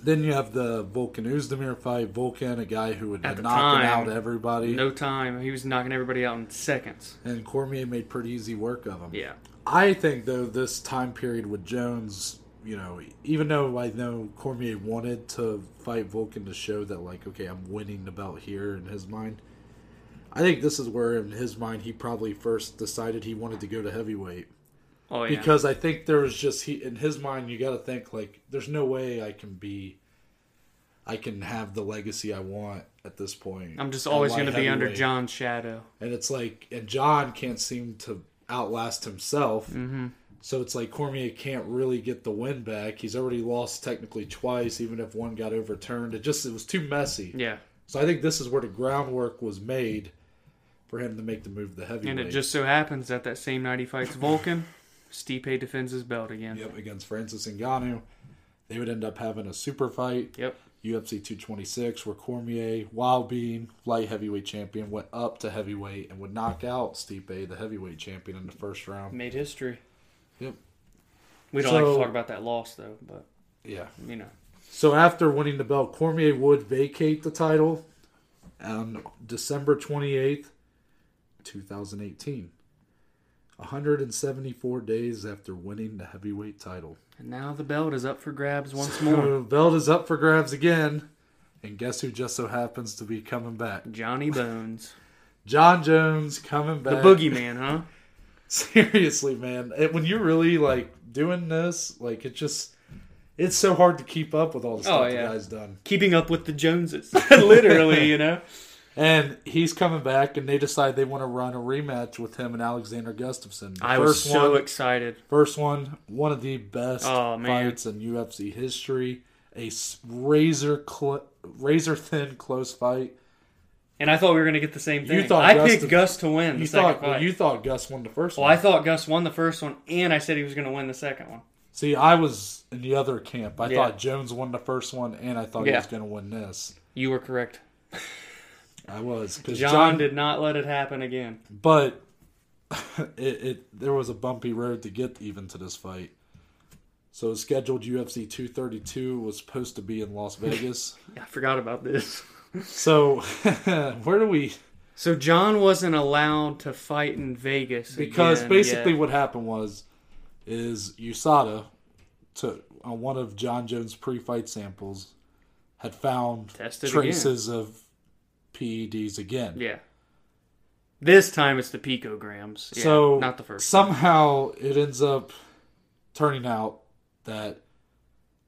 S1: then you have the Vulcan Uzdemir fight. Vulcan, a guy who would
S2: At
S1: be
S2: the
S1: knocking
S2: time,
S1: out everybody,
S2: No time. He was knocking everybody out in seconds.
S1: and Cormier made pretty easy work of him.
S2: Yeah.
S1: I think though this time period with Jones, you know, even though I know Cormier wanted to fight Vulcan to show that like, okay, I'm winning the belt here in his mind. I think this is where in his mind he probably first decided he wanted to go to heavyweight.
S2: Oh yeah.
S1: Because I think there was just he in his mind you gotta think like there's no way I can be I can have the legacy I want at this point.
S2: I'm just
S1: at
S2: always
S1: light
S2: going to be under
S1: heavyweight.
S2: John's shadow.
S1: And it's like, and John can't seem to outlast himself.
S2: Mm-hmm.
S1: So it's like Cormier can't really get the win back. He's already lost technically twice, even if one got overturned. It just, it was too messy.
S2: Yeah.
S1: So I think this is where the groundwork was made for him to make the move to heavyweight.
S2: And it just so happens that that same night he fights Vulcan, Stipe defends his belt again.
S1: yep, against Francis Ngannou. They would end up having a super fight.
S2: Yep.
S1: UFC 226, where Cormier, while being light heavyweight champion, went up to heavyweight and would knock out Stipe, the heavyweight champion, in the first round.
S2: Made history.
S1: Yep.
S2: We don't like
S1: So-
S2: to talk about that loss, though, but,
S1: Yeah.
S2: you know.
S1: So after winning the belt, Cormier would vacate the title on December 28th, 2018. 174 days after winning the heavyweight title.
S2: And now the belt is up for grabs once
S1: So,
S2: more.
S1: belt is up for grabs again. And guess who just so happens to be coming back?
S2: Johnny Bones.
S1: John Jones coming
S2: The
S1: back.
S2: boogeyman, huh?
S1: [laughs] Seriously, man. It, when you're really like doing this, like it just it's so hard to keep up with all the stuff
S2: Oh,
S1: the
S2: yeah.
S1: guy's done. [laughs]
S2: Keeping up with the Joneses. [laughs] Literally, you know.
S1: And he's coming back, and they decide they want to run a rematch with him and Alexander Gustafson. The
S2: I was
S1: first
S2: so
S1: one-
S2: excited.
S1: First one, one of the best
S2: Oh, man.
S1: fights in UFC history. A s- razor cl- razor thin close fight.
S2: And I thought we were going to get the same thing.
S1: You thought
S2: I
S1: Gus
S2: picked
S1: to-
S2: Gus to win the
S1: You
S2: second
S1: thought well,
S2: fight.
S1: you thought Gus won the first
S2: well,
S1: one.
S2: I thought Gus won the first one, and I said he was going to win the second one.
S1: See, I was in the other camp. I
S2: Yeah.
S1: thought Jones won the first one, and I thought he
S2: Yeah.
S1: was going to win this.
S2: You were correct.
S1: I was 'cause
S2: John, did not let it happen again.
S1: but [laughs] it, it there was a bumpy road to get even to this fight. So scheduled UFC 232 was supposed to be in Las Vegas.
S2: I forgot about this. [laughs]
S1: so [laughs] where do we?
S2: So John wasn't allowed to fight in Vegas
S1: Because
S2: again
S1: basically
S2: yet.
S1: what happened was, is USADA took on one of John Jones' pre-fight samples had found
S2: Tested
S1: traces of PEDs again.
S2: yeah. This time it's the picograms. Yeah,
S1: so
S2: not the first.
S1: somehow it ends up turning out that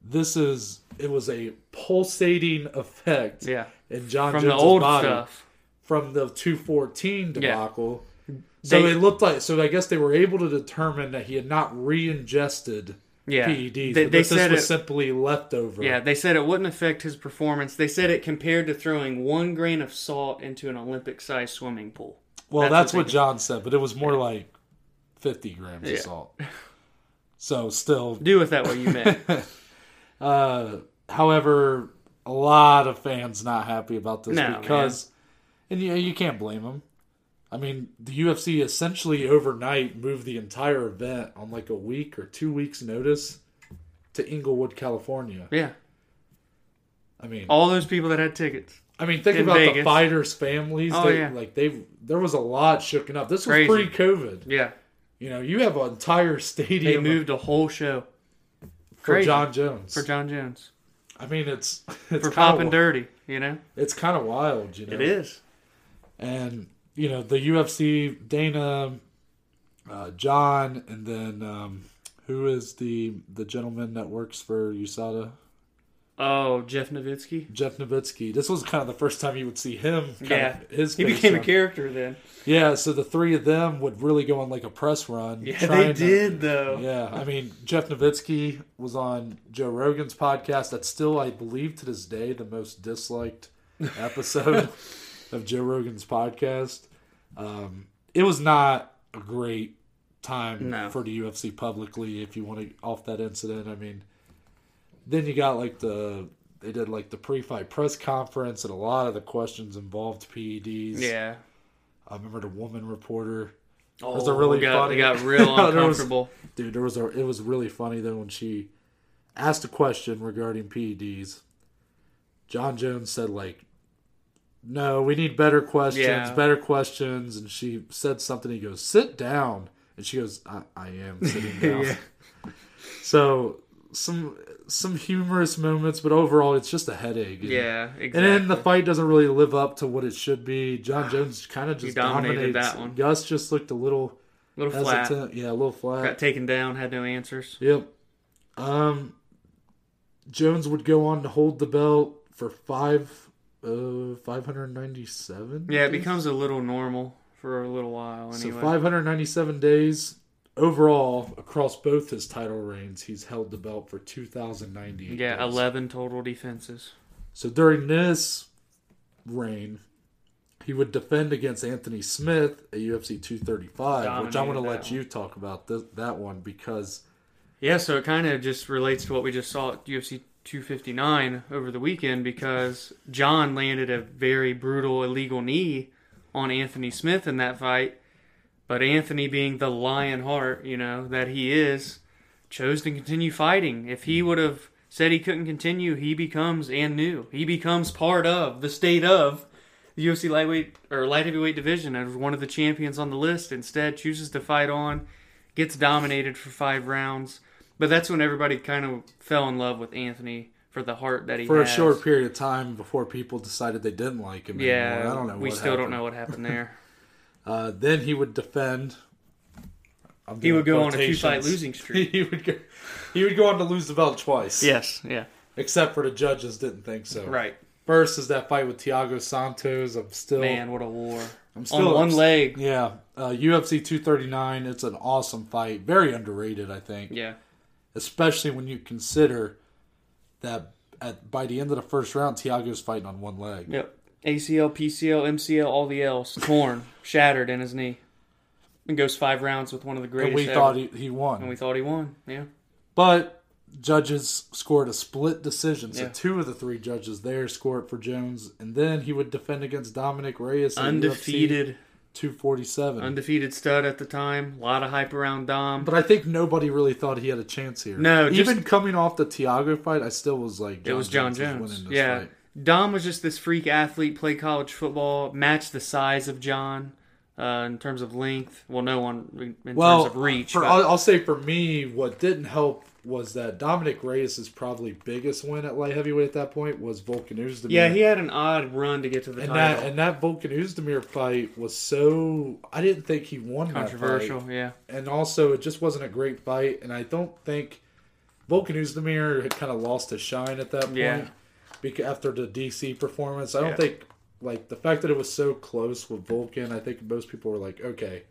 S1: this is it was a pulsating effect
S2: Yeah,
S1: in John
S2: from the
S1: Jones'
S2: old
S1: body
S2: stuff.
S1: from the 214 debacle. So
S2: They-
S1: it looked like so I guess they were able to determine that he had not re-ingested
S2: Yeah,
S1: PEDs. but
S2: They, they
S1: that E this
S2: said
S1: was
S2: it.
S1: simply leftover.
S2: Yeah, they said it wouldn't affect his performance. They said it compared to throwing one grain of salt into an Olympic-sized swimming pool.
S1: Well,
S2: That's
S1: that's,
S2: what
S1: what
S2: they-
S1: John said, but it was more like 50 grams
S2: Yeah.
S1: of salt. So still
S2: Do with that what
S1: [laughs]
S2: you meant.
S1: Uh, however, a lot of fans not happy about this
S2: No,
S1: because, and you, you can't blame them. I mean, the UFC essentially overnight moved the entire event on like a week or two weeks' notice to Inglewood, California.
S2: yeah,
S1: I mean,
S2: all those people that had tickets.
S1: I mean, think
S2: in
S1: about the
S2: Vegas.
S1: fighters' families.
S2: Oh,
S1: they,
S2: yeah.
S1: Like they, there was a lot shooken up. This was
S2: Crazy.
S1: pre-COVID.
S2: Yeah,
S1: You know, you have an entire
S2: they
S1: stadium
S2: moved a whole show
S1: for
S2: crazy.
S1: John Jones.
S2: for John Jones
S1: I mean, it's [laughs] it's
S2: for
S1: kind
S2: popping
S1: of
S2: dirty. You know,
S1: it's kind of wild. You know,
S2: it is.
S1: and you know the UFC Dana, uh, John, and then um, who is the the gentleman that works for USADA?
S2: Oh, Jeff Nowitzki.
S1: Jeff Nowitzki. This was kind of the first time you would see him. Kind
S2: Yeah,
S1: of his
S2: he
S1: face
S2: became a
S1: on-
S2: character then.
S1: Yeah, so the three of them would really go on like a press run.
S2: Yeah, they
S1: trying to-
S2: did though.
S1: yeah, I mean Jeff Nowitzki was on Joe Rogan's podcast. That's still, I believe, to this day, the most
S2: [laughs]
S1: disliked episode of Joe Rogan's podcast. Um, it was not a great time
S2: No.
S1: for the UFC publicly. If you want to off that incident, I mean, then you got like the they did like the pre-fight press conference, and a lot of the questions involved PEDs.
S2: Yeah.
S1: I remember the woman reporter.
S2: Oh,
S1: was a really
S2: it got,
S1: funny-
S2: it
S1: [laughs]
S2: got real
S1: There was-
S2: uncomfortable.
S1: [laughs] Dude, there was a, it was really funny though when she asked a question regarding PEDs. John Jones said like, "No, we need better questions,
S2: Yeah.
S1: better questions." And she said something. He goes, "Sit down," and she goes, "I, I am
S2: [laughs]
S1: sitting down."
S2: Yeah.
S1: So some some humorous moments, but overall, it's just a headache. And-
S2: Yeah,
S1: And
S2: exactly.
S1: then the fight doesn't really live up to what it should be.
S2: [sighs]
S1: John Jones kind of just
S2: dominated
S1: dominates.
S2: that one.
S1: Gus just looked a little
S2: little flat.
S1: hesitant. Yeah, a little flat.
S2: Got taken down, had no answers.
S1: Yep. Um, Jones would go on to hold the belt for five, uh, five hundred ninety-seven.
S2: Yeah, it becomes a little normal for a little while
S1: so
S2: anyway.
S1: five hundred ninety-seven days overall across both his title reigns. He's held the belt for two thousand ninety.
S2: yeah, 11 total defenses.
S1: So during this reign, he would defend against Anthony Smith at UFC 235, which I want to
S2: Dominated that
S1: let
S2: one.
S1: you talk about th- that one because
S2: Yeah, so it kind of just relates to what we just saw at UFC 259 over the weekend because John landed a very brutal illegal knee on Anthony Smith in that fight. But Anthony, being the lion heart, you know, that he is, chose to continue fighting. If he would have said he couldn't continue, he becomes and knew. He becomes part of the state of the UFC lightweight or light heavyweight division as one of the champions on the list. Instead, chooses to fight on, gets dominated for five rounds. But that's when everybody kind of fell in love with Anthony for the heart that he
S1: for a
S2: has.
S1: short period of time before people decided they didn't like him
S2: Yeah,
S1: anymore. I don't know.
S2: We
S1: what
S2: still
S1: happened.
S2: don't know what happened there.
S1: Uh, then he would defend. I'm
S2: He
S1: doing
S2: would go on a
S1: quotations. [laughs]
S2: two-fight losing streak.
S1: he would go. He would go on to lose the belt twice.
S2: [laughs] yes, yeah,
S1: Except for the judges didn't think so.
S2: right.
S1: First is that fight with Tiago Santos. I'm still
S2: Man, what a war.
S1: I'm
S2: On
S1: still
S2: one
S1: ups-
S2: leg.
S1: Yeah, uh, UFC 239. It's an awesome fight. Very underrated, I think.
S2: Yeah.
S1: Especially when you consider that at by the end of the first round, Tiago's fighting on one leg.
S2: Yep. ACL, PCL, MCL, all the L's torn, [laughs] shattered in his knee, and goes five rounds with one of the greatest.
S1: and we
S2: ever.
S1: thought he, he won.
S2: and we thought he won. Yeah.
S1: But judges scored a split decision. So
S2: Yeah.
S1: two of the three judges there scored for Jones, and then he would defend against Dominic Reyes. at UFC
S2: Undefeated,
S1: 247.
S2: undefeated stud at the time. A lot of hype around Dom.
S1: but I think nobody really thought he had a chance here.
S2: No, just-
S1: even coming off the Tiago fight, I still was like,
S2: it was John
S1: Jones is
S2: Jones.
S1: winning this
S2: Yeah.
S1: fight.
S2: Dom was just this freak athlete, played college football, matched the size of John uh, in terms of length. Well, no one in
S1: Well,
S2: terms of reach.
S1: for,
S2: but-
S1: I'll, I'll say for me, what didn't help was that Dominic Reyes' probably biggest win at light heavyweight at that point was Volkan Oezdemir.
S2: yeah, he had an odd run to get to the
S1: and
S2: title.
S1: that and that Volkan Oezdemir fight was so I didn't think he won
S2: Controversial.
S1: that fight.
S2: Yeah.
S1: and also it just wasn't a great fight, and I don't think Volkan Oezdemir had kind of lost his shine at that point.
S2: Yeah.
S1: Because after the DC performance, I don't
S2: Yeah.
S1: think like the fact that it was so close with Vulcan, I think most people were like, okay,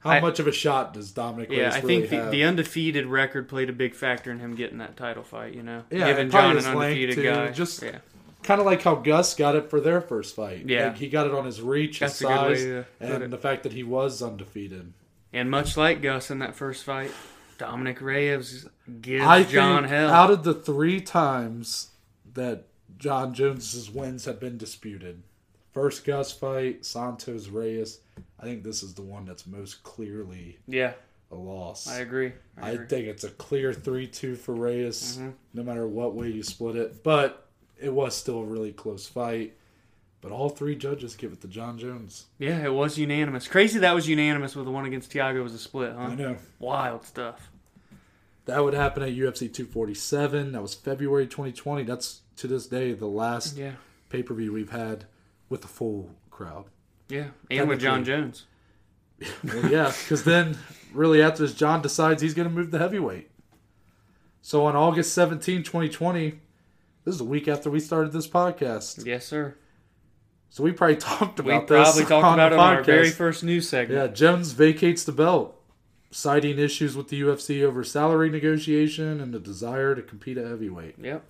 S1: how
S2: I-
S1: much of a shot does Dominic
S2: Yeah,
S1: Reyes
S2: I
S1: really
S2: think the,
S1: have?
S2: the undefeated record played a big factor in him getting that title fight. You know,
S1: Yeah,
S2: giving
S1: and probably
S2: John an
S1: his length,
S2: undefeated
S1: too.
S2: guy.
S1: Just-
S2: yeah,
S1: kind of like how Gus got it for their first fight.
S2: Yeah.
S1: Like, he got it on his reach, his
S2: That's a good way
S1: size,
S2: to put it.
S1: and the fact that he was undefeated.
S2: and much like Gus in that first fight, Dominic Reyes gives
S1: I
S2: John
S1: think
S2: hell.
S1: out of the three times that John Jones's wins have been disputed, first Gus fight, Santos Reyes, I think this is the one that's most clearly
S2: yeah,
S1: a loss.
S2: I agree. I
S1: I
S2: agree.
S1: think it's a clear 3 2 for Reyes,
S2: Mm-hmm.
S1: no matter what way you split it. But it was still a really close fight. But all three judges give it to John Jones.
S2: yeah, it was unanimous. Crazy that was unanimous with the one against Tiago was a split, huh?
S1: I know.
S2: Wild stuff.
S1: That would happen at UFC 247. That was February 2020. That's to this day the last
S2: Yeah,
S1: pay per view we've had with a full crowd.
S2: yeah, and with John Jones.
S1: Well, yeah, because then really after this, John decides he's going to move the heavyweight. So on August 17, 2020, this is a week after we started this podcast.
S2: Yes, sir.
S1: So we probably [laughs] talked
S2: We
S1: about this.
S2: probably talked
S1: on
S2: about
S1: the
S2: it on our
S1: podcast.
S2: very first news segment.
S1: Yeah, Jones vacates the belt, citing issues with the UFC over salary negotiation and the desire to compete at heavyweight.
S2: Yep,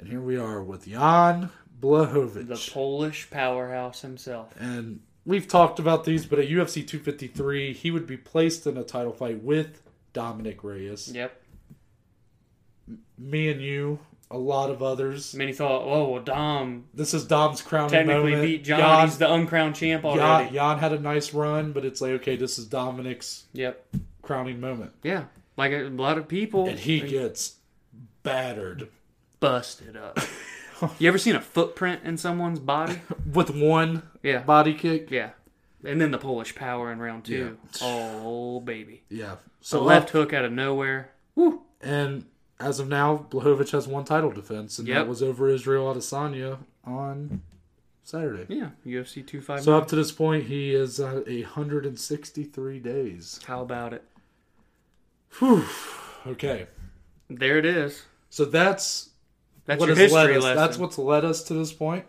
S1: And here we are with Jan Blahovic.
S2: the Polish powerhouse himself.
S1: and we've talked about these, but at UFC 253, he would be placed in a title fight with Dominic Reyes.
S2: Yep.
S1: Me and you, a lot of others.
S2: Many thought, oh well, Dom
S1: This is Dom's crowning
S2: technically
S1: moment.
S2: beat John. He's the uncrowned champ
S1: Jan,
S2: already.
S1: Jan had a nice run, but it's like, okay, this is Dominic's
S2: Yep.
S1: crowning moment.
S2: Yeah. Like a lot of people,
S1: And he gets battered [laughs]
S2: busted up.
S1: Oh.
S2: you ever seen a footprint in someone's body?
S1: with one
S2: Yeah.
S1: body kick.
S2: Yeah. And then the Polish power in round two. Oh baby.
S1: Yeah.
S2: The
S1: So
S2: left hook out of nowhere. Woo.
S1: And as of now, Blahovic has one title defense, and that
S2: Yep.
S1: was over Israel Adesanya on Saturday.
S2: Yeah. UFC two five.
S1: So up to this point, he is at 163 days.
S2: How about it?
S1: Whew. Okay.
S2: There it is.
S1: So that's
S2: That's
S1: what
S2: your
S1: has led
S2: history
S1: us.
S2: lesson.
S1: That's what's led us to this point.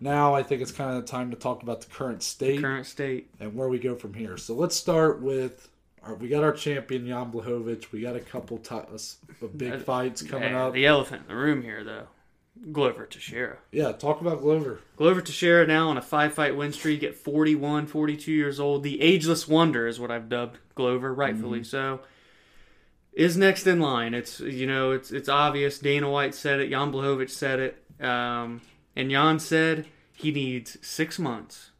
S1: Now I think it's kind of time to talk about the current state
S2: current state.
S1: and where we go from here. So let's start with. All right, we got our champion Jan Blahovic. We got a couple ti- uh, s- of big fights coming
S2: Hey,
S1: up.
S2: The elephant in the room here, though. Glover Teixeira.
S1: Yeah, talk about Glover.
S2: Glover Teixeira now on a five fight win streak at 41, 42 years old. The ageless wonder is what I've dubbed Glover, rightfully so. Is next in line. It's you know it's it's obvious. Dana White said it. Jan Blahovic said it. Um, and Jan said he needs six months,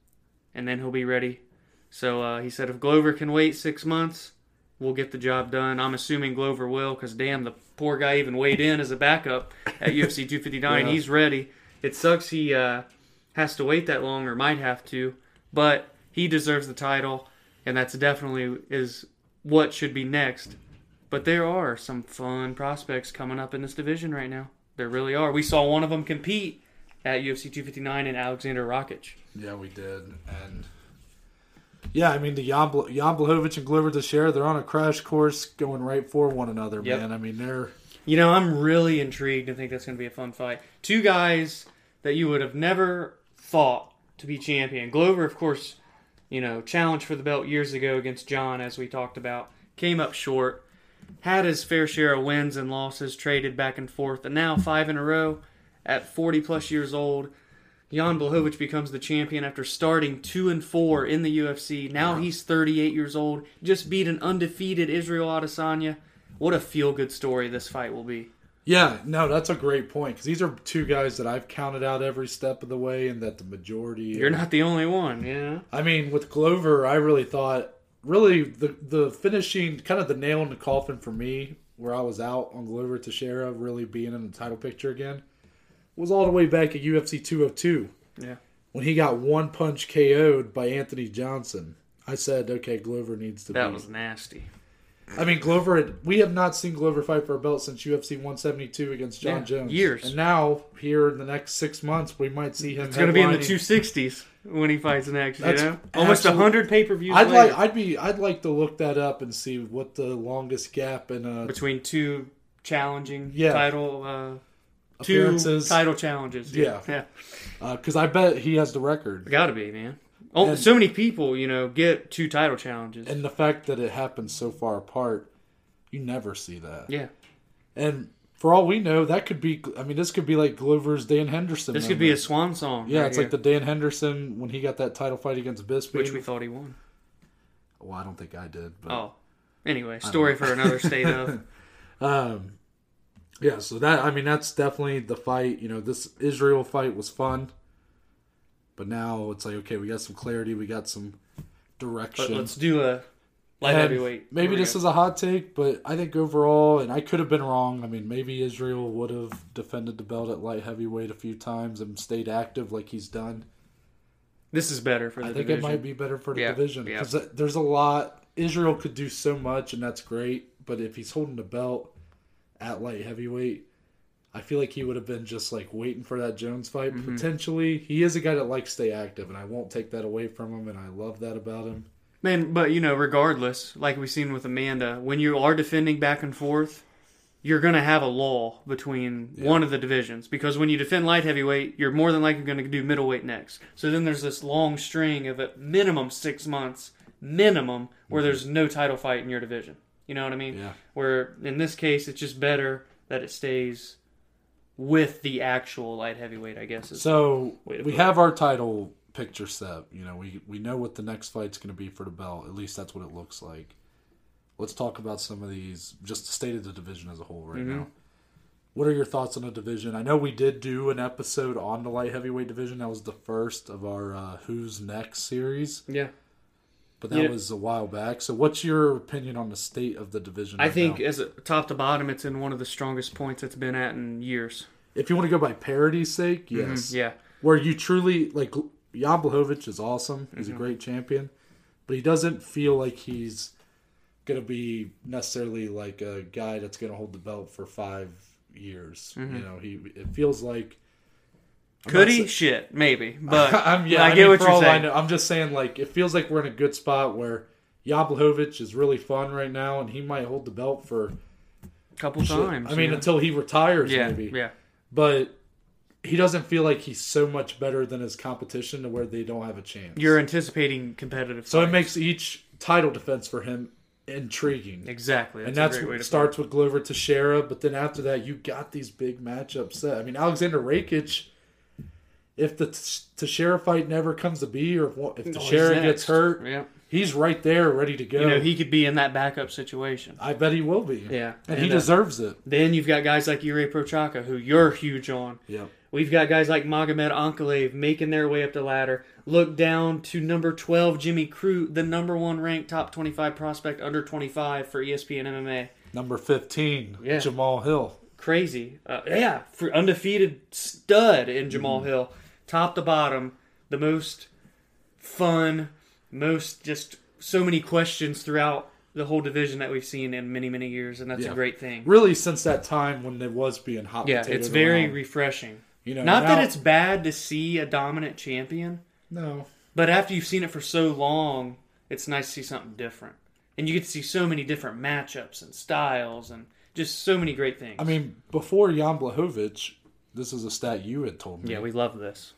S2: and then he'll be ready. So uh, he said if Glover can wait six months, we'll get the job done. I'm assuming Glover will, because damn, the poor guy even weighed in as a backup at UFC 259.
S1: Yeah.
S2: He's ready. It sucks he uh, has to wait that long, or might have to, but he deserves the title, and that's definitely is what should be next. But there are some fun prospects coming up in this division right now. There really are. We saw one of them compete at UFC 259 in Alexander Rakic.
S1: Yeah, we did, and Yeah, I mean the Jan, Bla- Jan Blahovic and Glover Teixeira, they're on a crash course going right for one another,
S2: Yep.
S1: man. I mean they're
S2: You know, I'm really intrigued and think that's going to be a fun fight. Two guys that you would have never thought to be champion. Glover, of course, you know, challenged for the belt years ago against John, as we talked about, came up short, had his fair share of wins and losses, traded back and forth, and now five in a row at 40 plus years old. Jan Blahovic becomes the champion after starting two and four in the UFC. Now he's 38 years old. Just beat an undefeated Israel Adesanya. What a feel good story this fight will be.
S1: Yeah, no, that's a great point cuz these are two guys that I've counted out every step of the way and that the majority
S2: You're not the only one, yeah.
S1: I mean, with Glover, I really thought really the the finishing kind of the nail in the coffin for me, where I was out on Glover Teixeira really being in the title picture again, was all the way back at UFC 202
S2: Yeah.
S1: when he got one punch KO'd by Anthony Johnson. I said, okay, Glover needs to
S2: That
S1: be.
S2: was nasty.
S1: I mean, Glover. Had, we have not seen Glover fight for a belt since UFC 172 against John
S2: Yeah,
S1: Jones.
S2: years.
S1: and now here in the next six months, we might see him.
S2: It's going to be in the
S1: headlining-
S2: 260s when he fights next, you
S1: That's
S2: know? Almost
S1: absolute-
S2: 100 pay per views
S1: I'd
S2: later
S1: like. I'd be. I'd like to look that up and see what the longest gap in uh,
S2: between two challenging
S1: Yeah.
S2: title uh, two
S1: appearances.
S2: title challenges.
S1: Yeah.
S2: Yeah.
S1: Because I bet he has the record.
S2: Got to be, man. Oh,
S1: And-
S2: so many people, you know, get two title challenges.
S1: And the fact that it happens so far apart, you never see that.
S2: yeah.
S1: And for all we know, that could be. I mean, this could be like Glover's Dan Henderson.
S2: This could be a
S1: moment.
S2: swan song.
S1: Yeah,
S2: right
S1: it's
S2: here,
S1: like the Dan Henderson when he got that title fight against Bisping.
S2: which we thought he won.
S1: well, I don't think I did. But,
S2: Oh, anyway, story for another state
S1: [laughs]
S2: of.
S1: Um, yeah, so that I mean that's definitely the fight. You know, this Israel fight was fun, but now it's like okay, we got some clarity, we got some direction.
S2: But let's do a light
S1: And
S2: heavyweight.
S1: Maybe
S2: Here we
S1: this
S2: go.
S1: is a hot take, but I think overall, and I could have been wrong. I mean, maybe Israel would have defended the belt at light heavyweight a few times and stayed active like he's done.
S2: this is better for the
S1: I think
S2: division.
S1: it might be better for the
S2: Yeah,
S1: division
S2: yeah.
S1: because there's a lot. Israel could do so much, and that's great. But if he's holding the belt at light heavyweight, I feel like he would have been just like waiting for that Jones fight.
S2: Mm-hmm.
S1: Potentially, he is a guy that likes to stay active, and I won't take that away from him, and I love that about him.
S2: Man, but you know, regardless, like we've seen with Amanda, when you are defending back and forth, you're going to have a lull between one of the divisions because when you defend light heavyweight, you're more than likely going to do middleweight next. So then there's this long string of at minimum six months, minimum, where there's no title fight in your division. You know what I mean?
S1: Mm-hmm. Yeah.
S2: Where in this case, it's just better that it stays with the actual light heavyweight, I guess. Is
S1: So
S2: Way to
S1: we
S2: put
S1: have our title picture set. You know, we we know what the next fight's going to be for the belt. At least that's what it looks like. Let's talk about some of these. Just the state of the division as a whole
S2: Mm-hmm.
S1: right now. What are your thoughts on the division? I know we did do an episode on the light heavyweight division. That was the first of our uh, "Who's Next" series,
S2: yeah.
S1: but that
S2: Yeah.
S1: was a while back. So, what's your opinion on the state of the division?
S2: I
S1: right
S2: think
S1: now?
S2: as a, top to bottom, it's in one of the strongest points it's been at in years.
S1: if you want to go by parity's sake, yes,
S2: Yeah.
S1: where you truly like Jan Blachowicz is awesome. He's
S2: Mhm.
S1: a great champion, but he doesn't feel like he's gonna be necessarily like a guy that's gonna hold the belt for five years.
S2: Mm-hmm.
S1: You know, he it feels like [laughs] I'm
S2: Could
S1: not
S2: he?
S1: sa-
S2: Shit, [laughs] maybe. But
S1: I'm, yeah,
S2: I,
S1: mean,
S2: get what
S1: for
S2: you're
S1: all
S2: saying.
S1: I know, I'm just saying like it feels like we're in a good spot where Jan Blachowicz is really fun right now, and he might hold the belt for
S2: couple
S1: shit.
S2: times.
S1: I mean,
S2: yeah.
S1: until he retires,
S2: yeah,
S1: maybe
S2: yeah,
S1: but he doesn't feel like he's so much better than his competition to where they don't have a chance.
S2: you're anticipating competitive.
S1: so it
S2: fights.
S1: makes each title defense for him intriguing.
S2: exactly,
S1: and that's
S2: a great way
S1: what
S2: to
S1: starts with Glover Teixeira, but then after that, you got these big matchups. set. I mean, Alexander Rakic, if the T- Teixeira fight never comes to be, or if, one- if
S2: put it.
S1: Teixeira
S2: Oh, He's
S1: gets
S2: next.
S1: hurt,
S2: Yeah,
S1: he's right there, ready to go.
S2: you know he could be in that backup situation.
S1: I bet he will be.
S2: Yeah,
S1: and, he
S2: uh,
S1: deserves it.
S2: then you've got guys like Yuri Prochaka, who you're huge on.
S1: Yep.
S2: We've got guys like Magomed Ankalev making their way up the ladder. Look down to number 12, Jimmy Crew, the number one ranked top 25 prospect under 25 for E ESPN MMA.
S1: Number fifteen,
S2: Yeah.
S1: Jamal Hill.
S2: crazy. Uh, yeah, for undefeated stud in
S1: Mm-hmm.
S2: Jamal Hill, top to bottom, the most fun, most just so many questions throughout the whole division that we've seen in many many years, and that's
S1: Yeah.
S2: a great thing.
S1: Really, since that time when it was being hot.
S2: Yeah,
S1: potatoed
S2: it's very
S1: around.
S2: refreshing.
S1: You know,
S2: Not
S1: now-
S2: that it's bad to see a dominant champion,
S1: no.
S2: but after you've seen it for so long, it's nice to see something different. And you get to see so many different matchups and styles and just so many great things.
S1: I mean, before Jan Blahovic, this is a stat you had told me.
S2: yeah, we love this.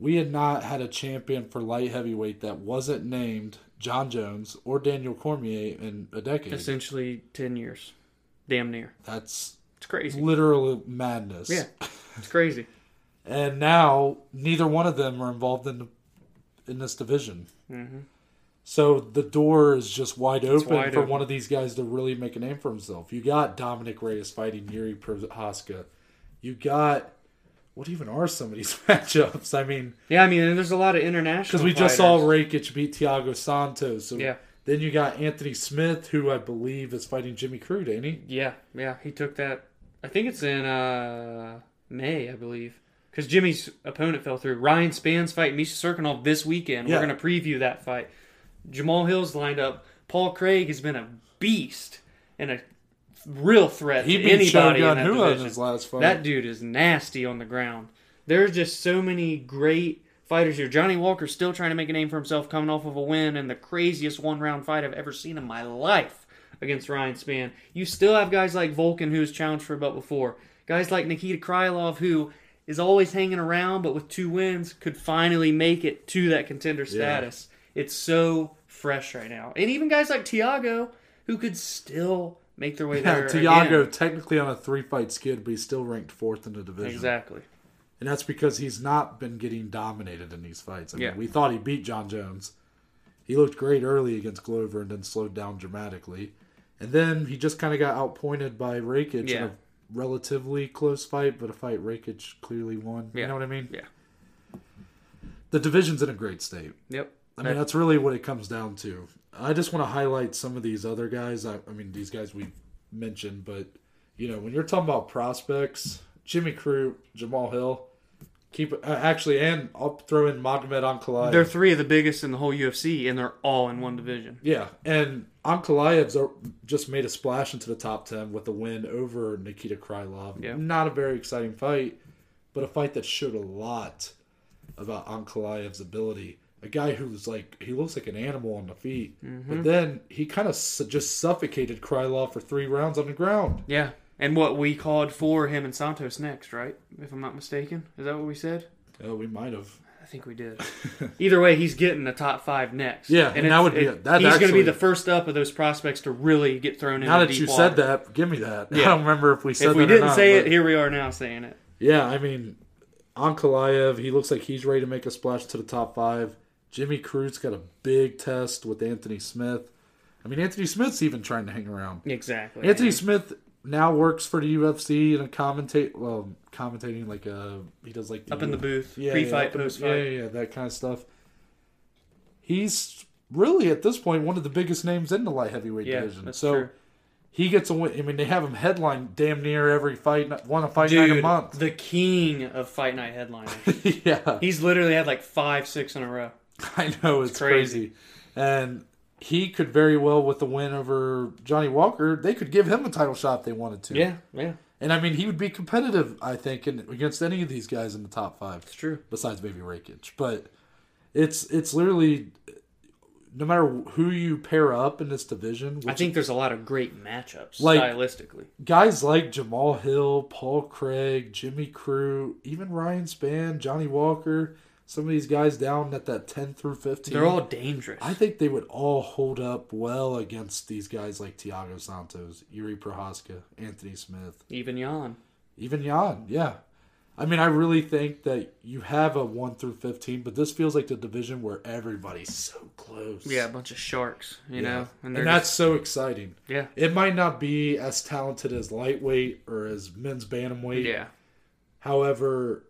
S1: we had not had a champion for light heavyweight that wasn't named John Jones or Daniel Cormier in a decade.
S2: Essentially, 10 years. Damn near.
S1: That's
S2: It's crazy.
S1: literal madness.
S2: Yeah, it's crazy.
S1: And now neither one of them are involved in the, in this division.
S2: hmm
S1: So the door is just wide open
S2: wide
S1: for
S2: open.
S1: one of these guys to really make a name for himself. You got Dominic Reyes fighting Yuri Prohaska. You got what even are some of these [laughs] matchups? I mean,
S2: Yeah, I mean, and there's a lot of international.
S1: because we just saw
S2: fighters.
S1: Rakic beat Thiago Santos. So
S2: Yeah.
S1: Then you got Anthony Smith, who I believe is fighting Jimmy Crude, ain't he?
S2: Yeah, yeah, he took that. I think it's in uh, May, I believe, because Jimmy's opponent fell through. Ryan Spann's fight Misha Serkinov this weekend.
S1: Yeah.
S2: We're going to preview that fight. Jamal Hill's lined up. Paul Craig has been a beast and a real threat
S1: He
S2: to
S1: beat
S2: anybody in
S1: Shogun
S2: that
S1: Hua in
S2: division.
S1: his last fight.
S2: That dude is nasty on the ground. There's just so many great fighters here. Johnny Walker's still trying to make a name for himself, coming off of a win and the craziest one round fight I've ever seen in my life against Ryan Spann. You still have guys like Vulcan, who's challenged for a belt before. Guys like Nikita Krylov, who is always hanging around, but with two wins, could finally make it to that contender status. It's so fresh right now. And even guys like Tiago, who could still make their way there.
S1: Tiago,
S2: again.
S1: technically on a three fight skid, but he's still ranked fourth in the division.
S2: Exactly.
S1: And that's because he's not been getting dominated in these fights. I
S2: Yeah.
S1: mean, we thought he beat John Jones. He looked great early against Glover and then slowed down dramatically. And then he just kind of got outpointed by Rakic in
S2: Yeah.
S1: a relatively close fight, but a fight Rakic clearly won. You
S2: Yeah.
S1: know what I mean?
S2: Yeah.
S1: The division's in a great state.
S2: Yep.
S1: I mean, that's really what it comes down to. I just want to highlight some of these other guys. I, I mean, these guys we've mentioned, but you know, when you're talking about prospects, Jimmy Crew, Jamal Hill, keep uh, actually, and I'll throw in Magomed Ankalaev.
S2: They're three of the biggest in the whole UFC, and they're all in one division.
S1: yeah, and Ankalaev's are- just made a splash into the top ten with a win over Nikita Krylov.
S2: Yeah.
S1: Not a very exciting fight, but a fight that showed a lot about Ankalaev's ability. A guy who's like he looks like an animal on the feet,
S2: Mm-hmm.
S1: but then he kind of su- just suffocated Krylov for three rounds on the ground.
S2: Yeah. And what we called for him and Santos next, right? If I'm not mistaken. Is that what we said?
S1: Oh, we might have.
S2: I think we did. Either way, he's getting the top five next.
S1: Yeah, and that
S2: it's-
S1: would be-
S2: it-
S1: that
S2: he's going to
S1: actually-
S2: be the first up of those prospects to really get thrown in.
S1: Now that you said that, give me that. [laughs] I
S2: Yeah.
S1: don't remember if we said
S2: If we
S1: that or
S2: didn't
S1: not,
S2: say
S1: but-
S2: it, here we are now saying it.
S1: Yeah, I mean, Ankalaev, he looks like he's ready to make a splash to the top five. Jimmy Crute's got a big test with Anthony Smith. I mean, Anthony Smith's even trying to hang around.
S2: Exactly.
S1: Anthony Smith now works for the UFC and a commentate, well, commentating like a he does like
S2: up in the booth,
S1: yeah,
S2: pre-fight,
S1: up in-
S2: post-fight.
S1: yeah, yeah, yeah, that kind of stuff. He's really at this point one of the biggest names in the light heavyweight
S2: Yeah,
S1: division.
S2: that's
S1: so
S2: true.
S1: he gets a win. I mean, they have him headline damn near every fight, one a fight night a
S2: Dude,
S1: month.
S2: the king of fight night headliners.
S1: [laughs] yeah,
S2: he's literally had like five, six in a row.
S1: I know it's, crazy.
S2: crazy.
S1: and he could very well with the win over Johnny Walker, they could give him a title shot if they wanted to.
S2: yeah,
S1: and I mean he would be competitive, I think, in, against any of these guys in the top five,
S2: it's true.
S1: besides maybe Rakic. But it's it's literally no matter who you pair up in this division, which
S2: I think there's a lot of great matchups
S1: Like-
S2: stylistically.
S1: guys like Jamal Hill, Paul Craig, Jimmy Crew, even Ryan Spann, Johnny Walker, some of these guys down at that ten through fifteen,
S2: They're all dangerous.
S1: I think they would all hold up well against these guys like Tiago Santos, Yuri Prohaska, Anthony Smith,
S2: Even Jan.
S1: even Jan. Yeah. I mean, I really think that you have a 1 through 15, but this feels like the division where everybody's so close.
S2: Yeah, a bunch of sharks,
S1: Yeah.
S2: you know?
S1: And,
S2: they're
S1: that's so exciting.
S2: just- yeah.
S1: It might not be as talented as lightweight or as men's bantamweight.
S2: Yeah.
S1: However,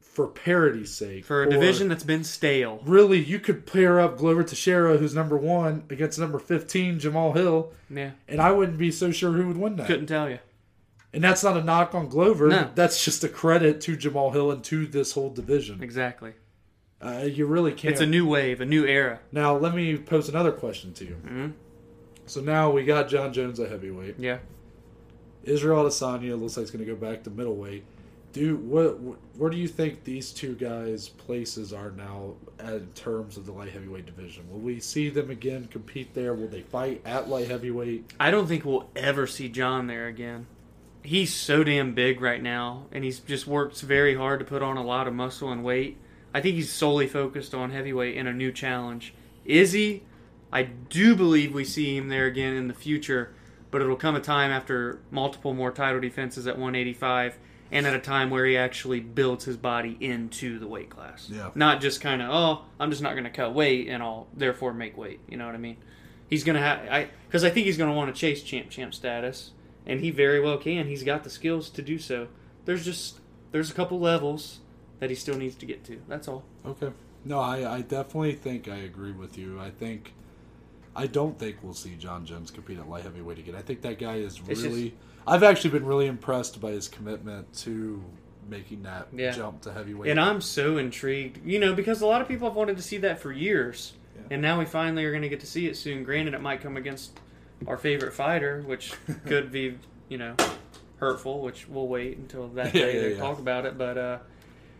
S1: for parity's sake,
S2: For a
S1: or-
S2: division that's been stale.
S1: really you could pair up Glover Teixeira, who's number one, against number fifteen Jamal Hill,
S2: Yeah.
S1: and I wouldn't be so sure who would win that.
S2: Couldn't tell you.
S1: And that's not a knock on Glover.
S2: No.
S1: That's just a credit to Jamal Hill and to this whole division.
S2: Exactly.
S1: Uh, you really can't.
S2: It's a new wave, a new era.
S1: now let me pose another question to you.
S2: Mhm.
S1: So now we got John Jones at heavyweight.
S2: Yeah.
S1: Israel Adesanya looks like he's going to go back to middleweight. Do what? wh- Where do you think these two guys' places are now in terms of the light heavyweight division? Will we see them again compete there? Will they fight at light heavyweight?
S2: I don't think we'll ever see John there again. He's so damn big right now, and he's just works very hard to put on a lot of muscle and weight. I think he's solely focused on heavyweight and a new challenge. Izzy, I do believe we see him there again in the future, but it'll come a time after multiple more title defenses at 185 and at a time where he actually builds his body into the weight class.
S1: Yeah.
S2: Not just kind of, oh, I'm just not going to cut weight and I'll therefore make weight. You know what I mean? He's gonna have I because I think he's gonna want to chase champ champ status, and he very well can. He's got the skills to do so. There's just there's a couple levels that he still needs to get to. That's all.
S1: Okay. No, I, I definitely think I agree with you. I think I don't think we'll see John Jones compete at light heavyweight again. I think that guy is
S2: It's
S1: really. I've actually been really impressed by his commitment to making that
S2: Yeah.
S1: jump to heavyweight.
S2: And I'm so intrigued, you know, because a lot of people have wanted to see that for years,
S1: Yeah.
S2: and now we finally are gonna get to see it soon. Granted, it might come against our favorite fighter,
S1: [laughs]
S2: which could be you know hurtful, which we'll wait until that
S1: Yeah,
S2: day
S1: yeah,
S2: to
S1: yeah.
S2: talk about it. But uh,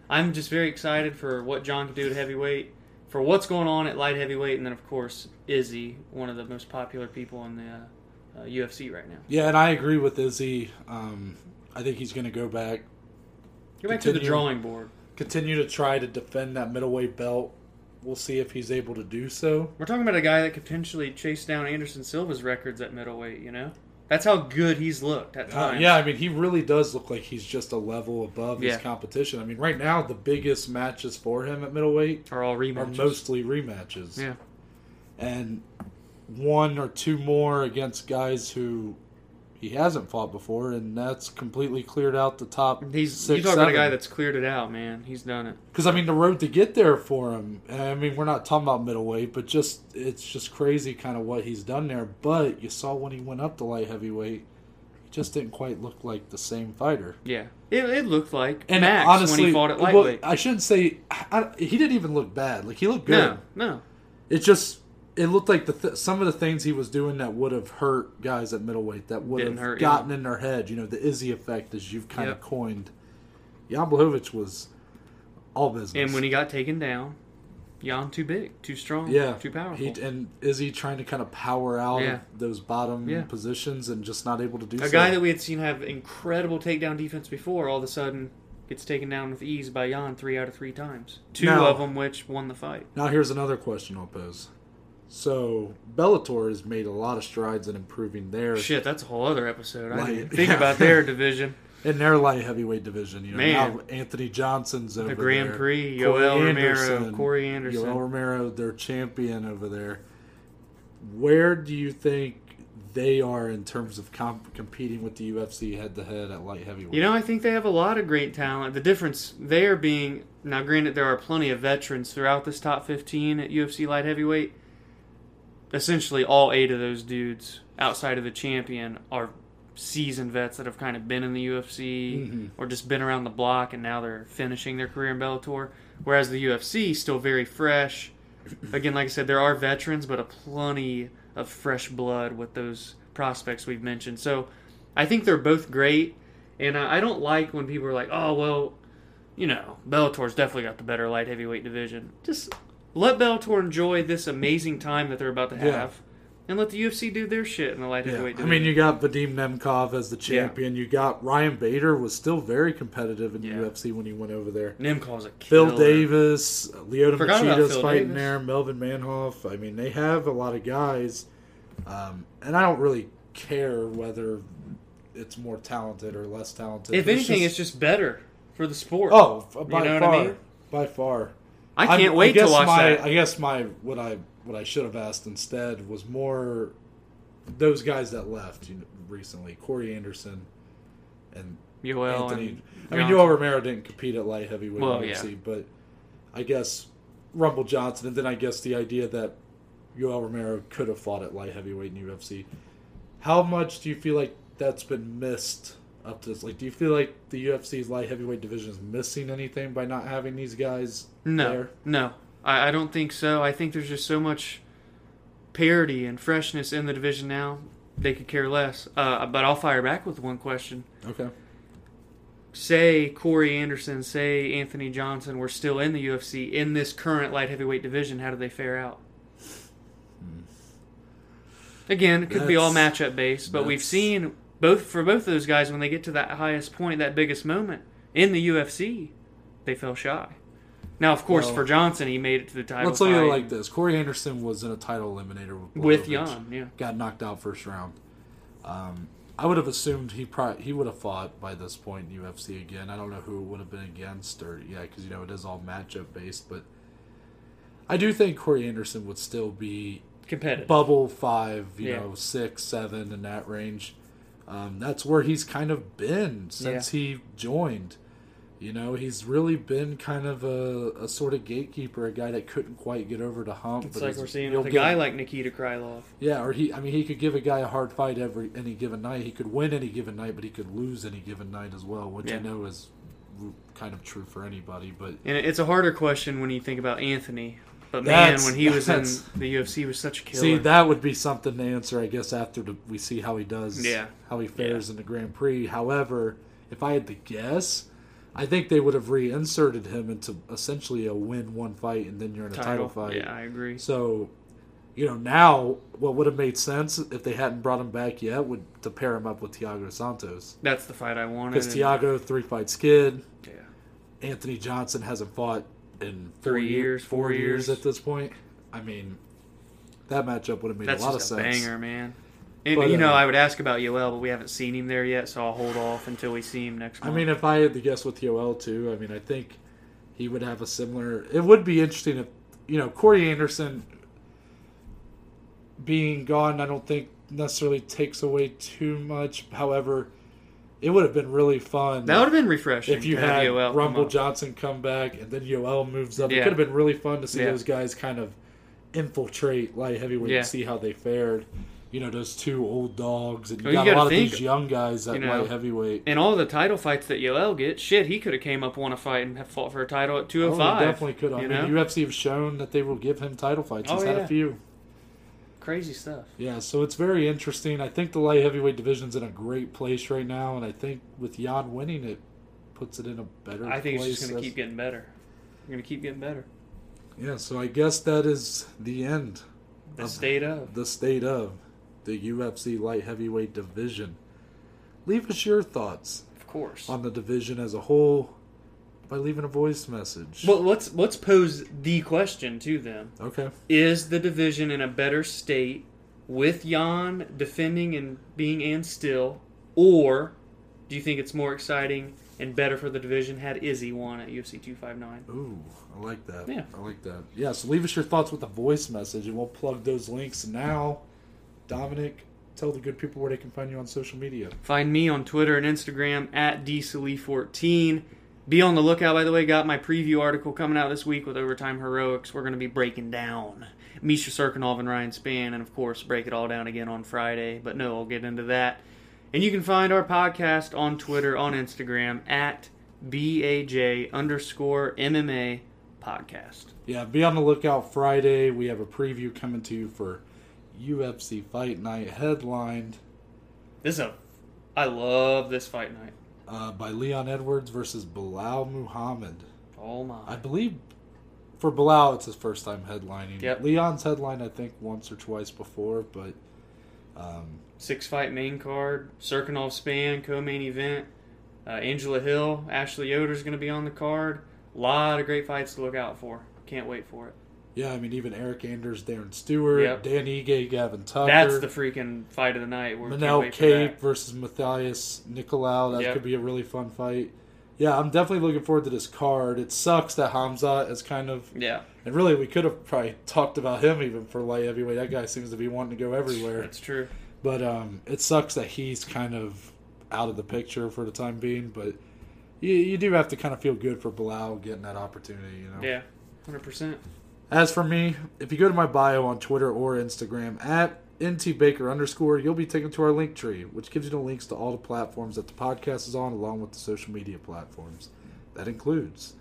S2: I'm just very excited for what John can do at heavyweight, for what's going on at light heavyweight, and then of course Izzy, one of the most popular people in the uh, uh, UFC right now.
S1: yeah, and I agree with Izzy. Um, I think he's going to go back
S2: Go back to the
S1: Continue.
S2: drawing board.
S1: continue to try to defend that middleweight belt. We'll see if he's able to do so.
S2: We're talking about a guy that could potentially chase down Anderson Silva's records at middleweight. You know, that's how good he's looked at
S1: Uh,
S2: times.
S1: yeah, I mean, he really does look like he's just a level above
S2: Yeah.
S1: his competition. I mean, right now, the biggest matches for him at middleweight
S2: are all
S1: are
S2: rematches.
S1: mostly rematches.
S2: Yeah,
S1: And one or two more against guys who he hasn't fought before, and that's completely cleared out the top
S2: he's
S1: six,
S2: you talk about a
S1: seven.
S2: guy that's cleared it out, man. He's done it.
S1: Because I mean, the road to get there for him. and I mean, we're not talking about middleweight, but just it's just crazy, kind of what he's done there. But you saw when he went up to light heavyweight, he just didn't quite look like the same fighter.
S2: Yeah, it, it looked like Max when he fought at
S1: well, uh,
S2: lightweight.
S1: I shouldn't say I, he didn't even look bad. Like he looked good.
S2: no, no,
S1: It just it looked like the th- some of the things he was doing that would have hurt guys at middleweight that would
S2: Didn't
S1: have
S2: hurt,
S1: gotten in their head. You know, the Izzy effect, as you've kind
S2: Yep.
S1: of coined. Jan Blachowicz was all business.
S2: and when he got taken down, Jan too big, too strong,
S1: yeah,
S2: too powerful.
S1: He, and Izzy trying to kind of power out
S2: Yeah.
S1: of those bottom
S2: Yeah.
S1: positions and just not able to do
S2: a
S1: so.
S2: guy that we had seen have incredible takedown defense before, all of a sudden gets taken down with ease by Jan three out of three times. Two
S1: Now-
S2: of them which won the fight.
S1: now here's another question I'll pose. So Bellator has made a lot of strides in improving their
S2: Shit, that's a whole other episode. I didn't
S1: Light-
S2: even think
S1: yeah.
S2: about their division.
S1: in their light heavyweight division. You know,
S2: Man.
S1: now Anthony Johnson's over
S2: The Grand
S1: there.
S2: Prix,
S1: Corey
S2: Yoel Romero,
S1: Anderson.
S2: Corey Anderson.
S1: Yoel Romero, their champion over there. Where do you think they are in terms of comp- competing with the UFC head to head at light heavyweight?
S2: You know, I think they have a lot of great talent. The difference there being now, granted, there are plenty of veterans throughout this top 15 at UFC light heavyweight. Essentially, all eight of those dudes outside of the champion are seasoned vets that have kind of been in the UFC
S1: Mhm.
S2: or just been around the block, and now they're finishing their career in Bellator. Whereas the UFC still very fresh. Again, like I said, there are veterans, but a plenty of fresh blood with those prospects we've mentioned. So I think they're both great. And I, I don't like when people are like, oh, well, you know, Bellator's definitely got the better light heavyweight division. Just let Bellator enjoy this amazing time that they're about to have
S1: Yeah.
S2: and let the UFC do their shit in the light
S1: Yeah.
S2: heavyweight
S1: I
S2: division.
S1: mean, you got Vadim Nemkov as the
S2: Yeah.
S1: champion. You got Ryan Bader was still very competitive in
S2: Yeah.
S1: UFC when he went over there.
S2: Nemkov's a killer.
S1: Phil Davis, Leota
S2: Forgot about
S1: Machida's
S2: Phil
S1: fighting
S2: Davis.
S1: there, Melvin Manhoff. I mean, they have a lot of guys, um, and I don't really care whether it's more talented or less talented.
S2: If anything, it's just better for the sport.
S1: oh, f- by
S2: know what I
S1: far,
S2: mean?
S1: by far.
S2: I can't
S1: I'm-
S2: wait
S1: guess
S2: to watch
S1: my,
S2: that.
S1: I guess my what I what I should have asked instead was more those guys that left you know, recently, Corey Anderson and
S2: Yoel
S1: Anthony.
S2: and
S1: I mean,
S2: Johnson.
S1: Yoel Romero didn't compete at light heavyweight,
S2: Well,
S1: obviously, but I guess Rumble Johnson, and then I guess the idea that Yoel Romero could have fought at light heavyweight in UFC. How much do you feel like that's been missed up to this? Like, do you feel like the UFC's light heavyweight division is missing anything by not having these guys
S2: No,
S1: there?
S2: no, I, I don't think so. I think there's just so much parity and freshness in the division now. They could care less. Uh, but I'll fire back with one question:
S1: Okay.
S2: say Corey Anderson, say Anthony Johnson were still in the UFC in this current light heavyweight division, how do they fare out? Again, it could be all
S1: Hmm. That's-
S2: matchup based, but we've
S1: that's-
S2: seen both for both of those guys when they get to that highest point, that biggest moment in the UFC, they fell shy. Now, of course,
S1: Well-
S2: for Johnson, he made it to the title
S1: Let's look at it
S2: fight
S1: like this: Corey Anderson was in a title eliminator with,
S2: with
S1: Blachowicz.
S2: Jan. Yeah,
S1: got knocked out first round. Um, I would have assumed he pro- he would have fought by this point in UFC again. I don't know who it would have been against, or yeah, because you know it is all matchup based. But I do think Corey Anderson would still be
S2: competitive.
S1: bubble five, you
S2: Yeah.
S1: know, six, seven in that range. Um, that's where he's kind of been since he joined. You know, he's really been kind of a, a sort of gatekeeper, a guy that couldn't quite get over the hump.
S2: it's
S1: but
S2: like
S1: is-
S2: we're seeing
S1: you'll
S2: with a
S1: get-
S2: guy like Nikita Krylov.
S1: yeah, or he. I mean, he could give a guy a hard fight every any given night. He could win any given night, but he could lose any given night as well, which I
S2: Yeah.
S1: know is r- kind of true for anybody. But
S2: And it's a harder question when you think about Anthony. But man,
S1: That's-
S2: when he was in
S1: that's-
S2: the UFC, he was such a killer.
S1: see, that would be something to answer, I guess, after the, we see how he does.
S2: Yeah.
S1: how he fares in the Grand Prix. However, if I had to guess, I think they would have reinserted him into essentially a win one fight, and then you're in a title, fight.
S2: Yeah, I agree.
S1: So, you know, now what would have made sense if they hadn't brought him back yet would to pair him up with Thiago Santos.
S2: That's the fight I wanted.
S1: Because
S2: and-
S1: Tiago three fight skid.
S2: Yeah.
S1: Anthony Johnson hasn't fought in four
S2: Three
S1: ye-
S2: years,
S1: four,
S2: four
S1: years.
S2: years.
S1: at this point. I mean, that matchup would have made
S2: That's
S1: a lot
S2: just
S1: of
S2: a
S1: sense.
S2: banger, man. And
S1: But,
S2: you know,
S1: uh,
S2: I would ask about Yoel, but we haven't seen him there yet, so I'll hold off until we see him next
S1: I
S2: month.
S1: mean, if I had to guess with Yoel too, I mean, I think he would have a similar. It would be interesting if you know Corey Anderson being gone. I don't think necessarily takes away too much. However, it would have been really fun.
S2: that would have been refreshing.
S1: if you
S2: to have
S1: had
S2: Yoel come
S1: Rumble
S2: up.
S1: Johnson come back and then Yoel moves up, it
S2: Yeah.
S1: could have been really fun to see
S2: Yeah.
S1: those guys kind of infiltrate light heavyweight
S2: Yeah.
S1: and see how they fared. You know, those two old dogs, and you
S2: Well, you
S1: got a
S2: gotta
S1: lot
S2: think,
S1: of these young guys at
S2: you know,
S1: light heavyweight.
S2: and all the title fights that Yoel gets, shit, he could have came up, won a fight, and have fought for a title at
S1: Oh,
S2: 205.
S1: he definitely could. I
S2: you know?
S1: mean, UFC have shown that they will give him title fights.
S2: Oh,
S1: He's had a
S2: yeah.
S1: few.
S2: Crazy stuff.
S1: Yeah, so it's very interesting. I think the light heavyweight division's in a great place right now, and I think with Jan winning, it puts it in a better.
S2: I think it's
S1: place
S2: just going
S1: as-
S2: to keep getting better. We're going to keep getting better.
S1: Yeah, so I guess that is the end.
S2: The
S1: Of-
S2: state of.
S1: the state of the UFC light heavyweight division. Leave us your thoughts
S2: Of course.
S1: on the division as a whole by leaving a voice message.
S2: Well, let's let's pose the question to them:
S1: okay.
S2: Is the division in a better state with Jan defending and being and still, or do you think it's more exciting and better for the division had Izzy won at UFC two five nine?
S1: Ooh, I like that.
S2: Yeah.
S1: I like that. Yeah, so leave us your thoughts with a voice message and we'll plug those links now. Dominic, tell the good people where they can find you on social media.
S2: Find me on Twitter and Instagram at dsali14. Be on the lookout, by the way. Got my preview article coming out this week with Overtime Heroics. We're going to be breaking down Misha Serkinov and Ryan Spann, and of course, break it all down again on Friday. But no, I'll get into that. And you can find our podcast on Twitter, on Instagram at BAJ underscore MMA podcast.
S1: Yeah, be on the lookout Friday. We have a preview coming to you for UFC Fight Night headlined
S2: This is a. I love this fight night.
S1: uh, by Leon Edwards versus Bilal Muhammad.
S2: Oh
S1: I
S2: my.
S1: believe for Bilal, it's his first time headlining.
S2: Yep.
S1: Leon's headlined, I think, once or twice before, but um,
S2: six fight main card, Serkinov span, co main event. Uh, Angela Hill, Ashley Yoder's going to be on the card. lot of great fights to look out for. Can't wait for it.
S1: yeah, I mean, even Eric Anders, Darren Stewart,
S2: Yep.
S1: Dan Ige, Gavin
S2: That's
S1: Tucker,
S2: the freaking fight of the night. We're can't
S1: Manel
S2: wait for that.
S1: Cape versus Matthias Nicolau. That
S2: Yep.
S1: could be a really fun fight. Yeah, I'm definitely looking forward to this card. It sucks that Hamza is kind of,
S2: Yeah,
S1: and really, we could have probably talked about him even for light heavyweight. That guy seems to be wanting to go everywhere.
S2: that's true.
S1: But um, it sucks that he's kind of out of the picture for the time being. But you, you do have to kind of feel good for Bilal getting that opportunity, you know.
S2: Yeah, hundred percent.
S1: As for me, if you go to my bio on Twitter or Instagram at ntbaker underscore, you'll be taken to our link tree, which gives you the links to all the platforms that the podcast is on, along with the social media platforms. That includes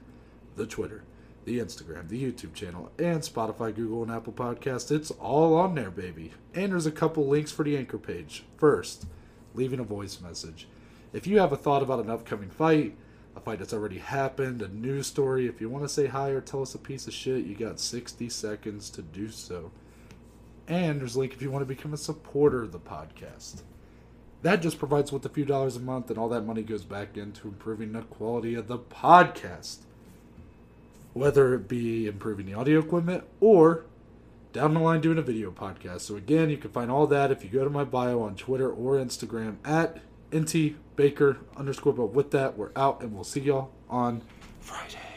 S1: the Twitter, the Instagram, the YouTube channel, and Spotify, Google, and Apple Podcasts. It's all on there, baby. And there's a couple links for the anchor page. First, leaving a voice message. If you have a thought about an upcoming fight, a fight that's already happened, a news story, if you want to say hi or tell us a piece of shit, you got 60 seconds to do so. And there's a link if you want to become a supporter of the podcast. That just provides with a few dollars a month, and all that money goes back into improving the quality of the podcast. Whether it be improving the audio equipment or down the line doing a video podcast. So again, you can find all that if you go to my bio on Twitter or Instagram at ntbaker underscore. But with that, we're out, and we'll see y'all on Friday.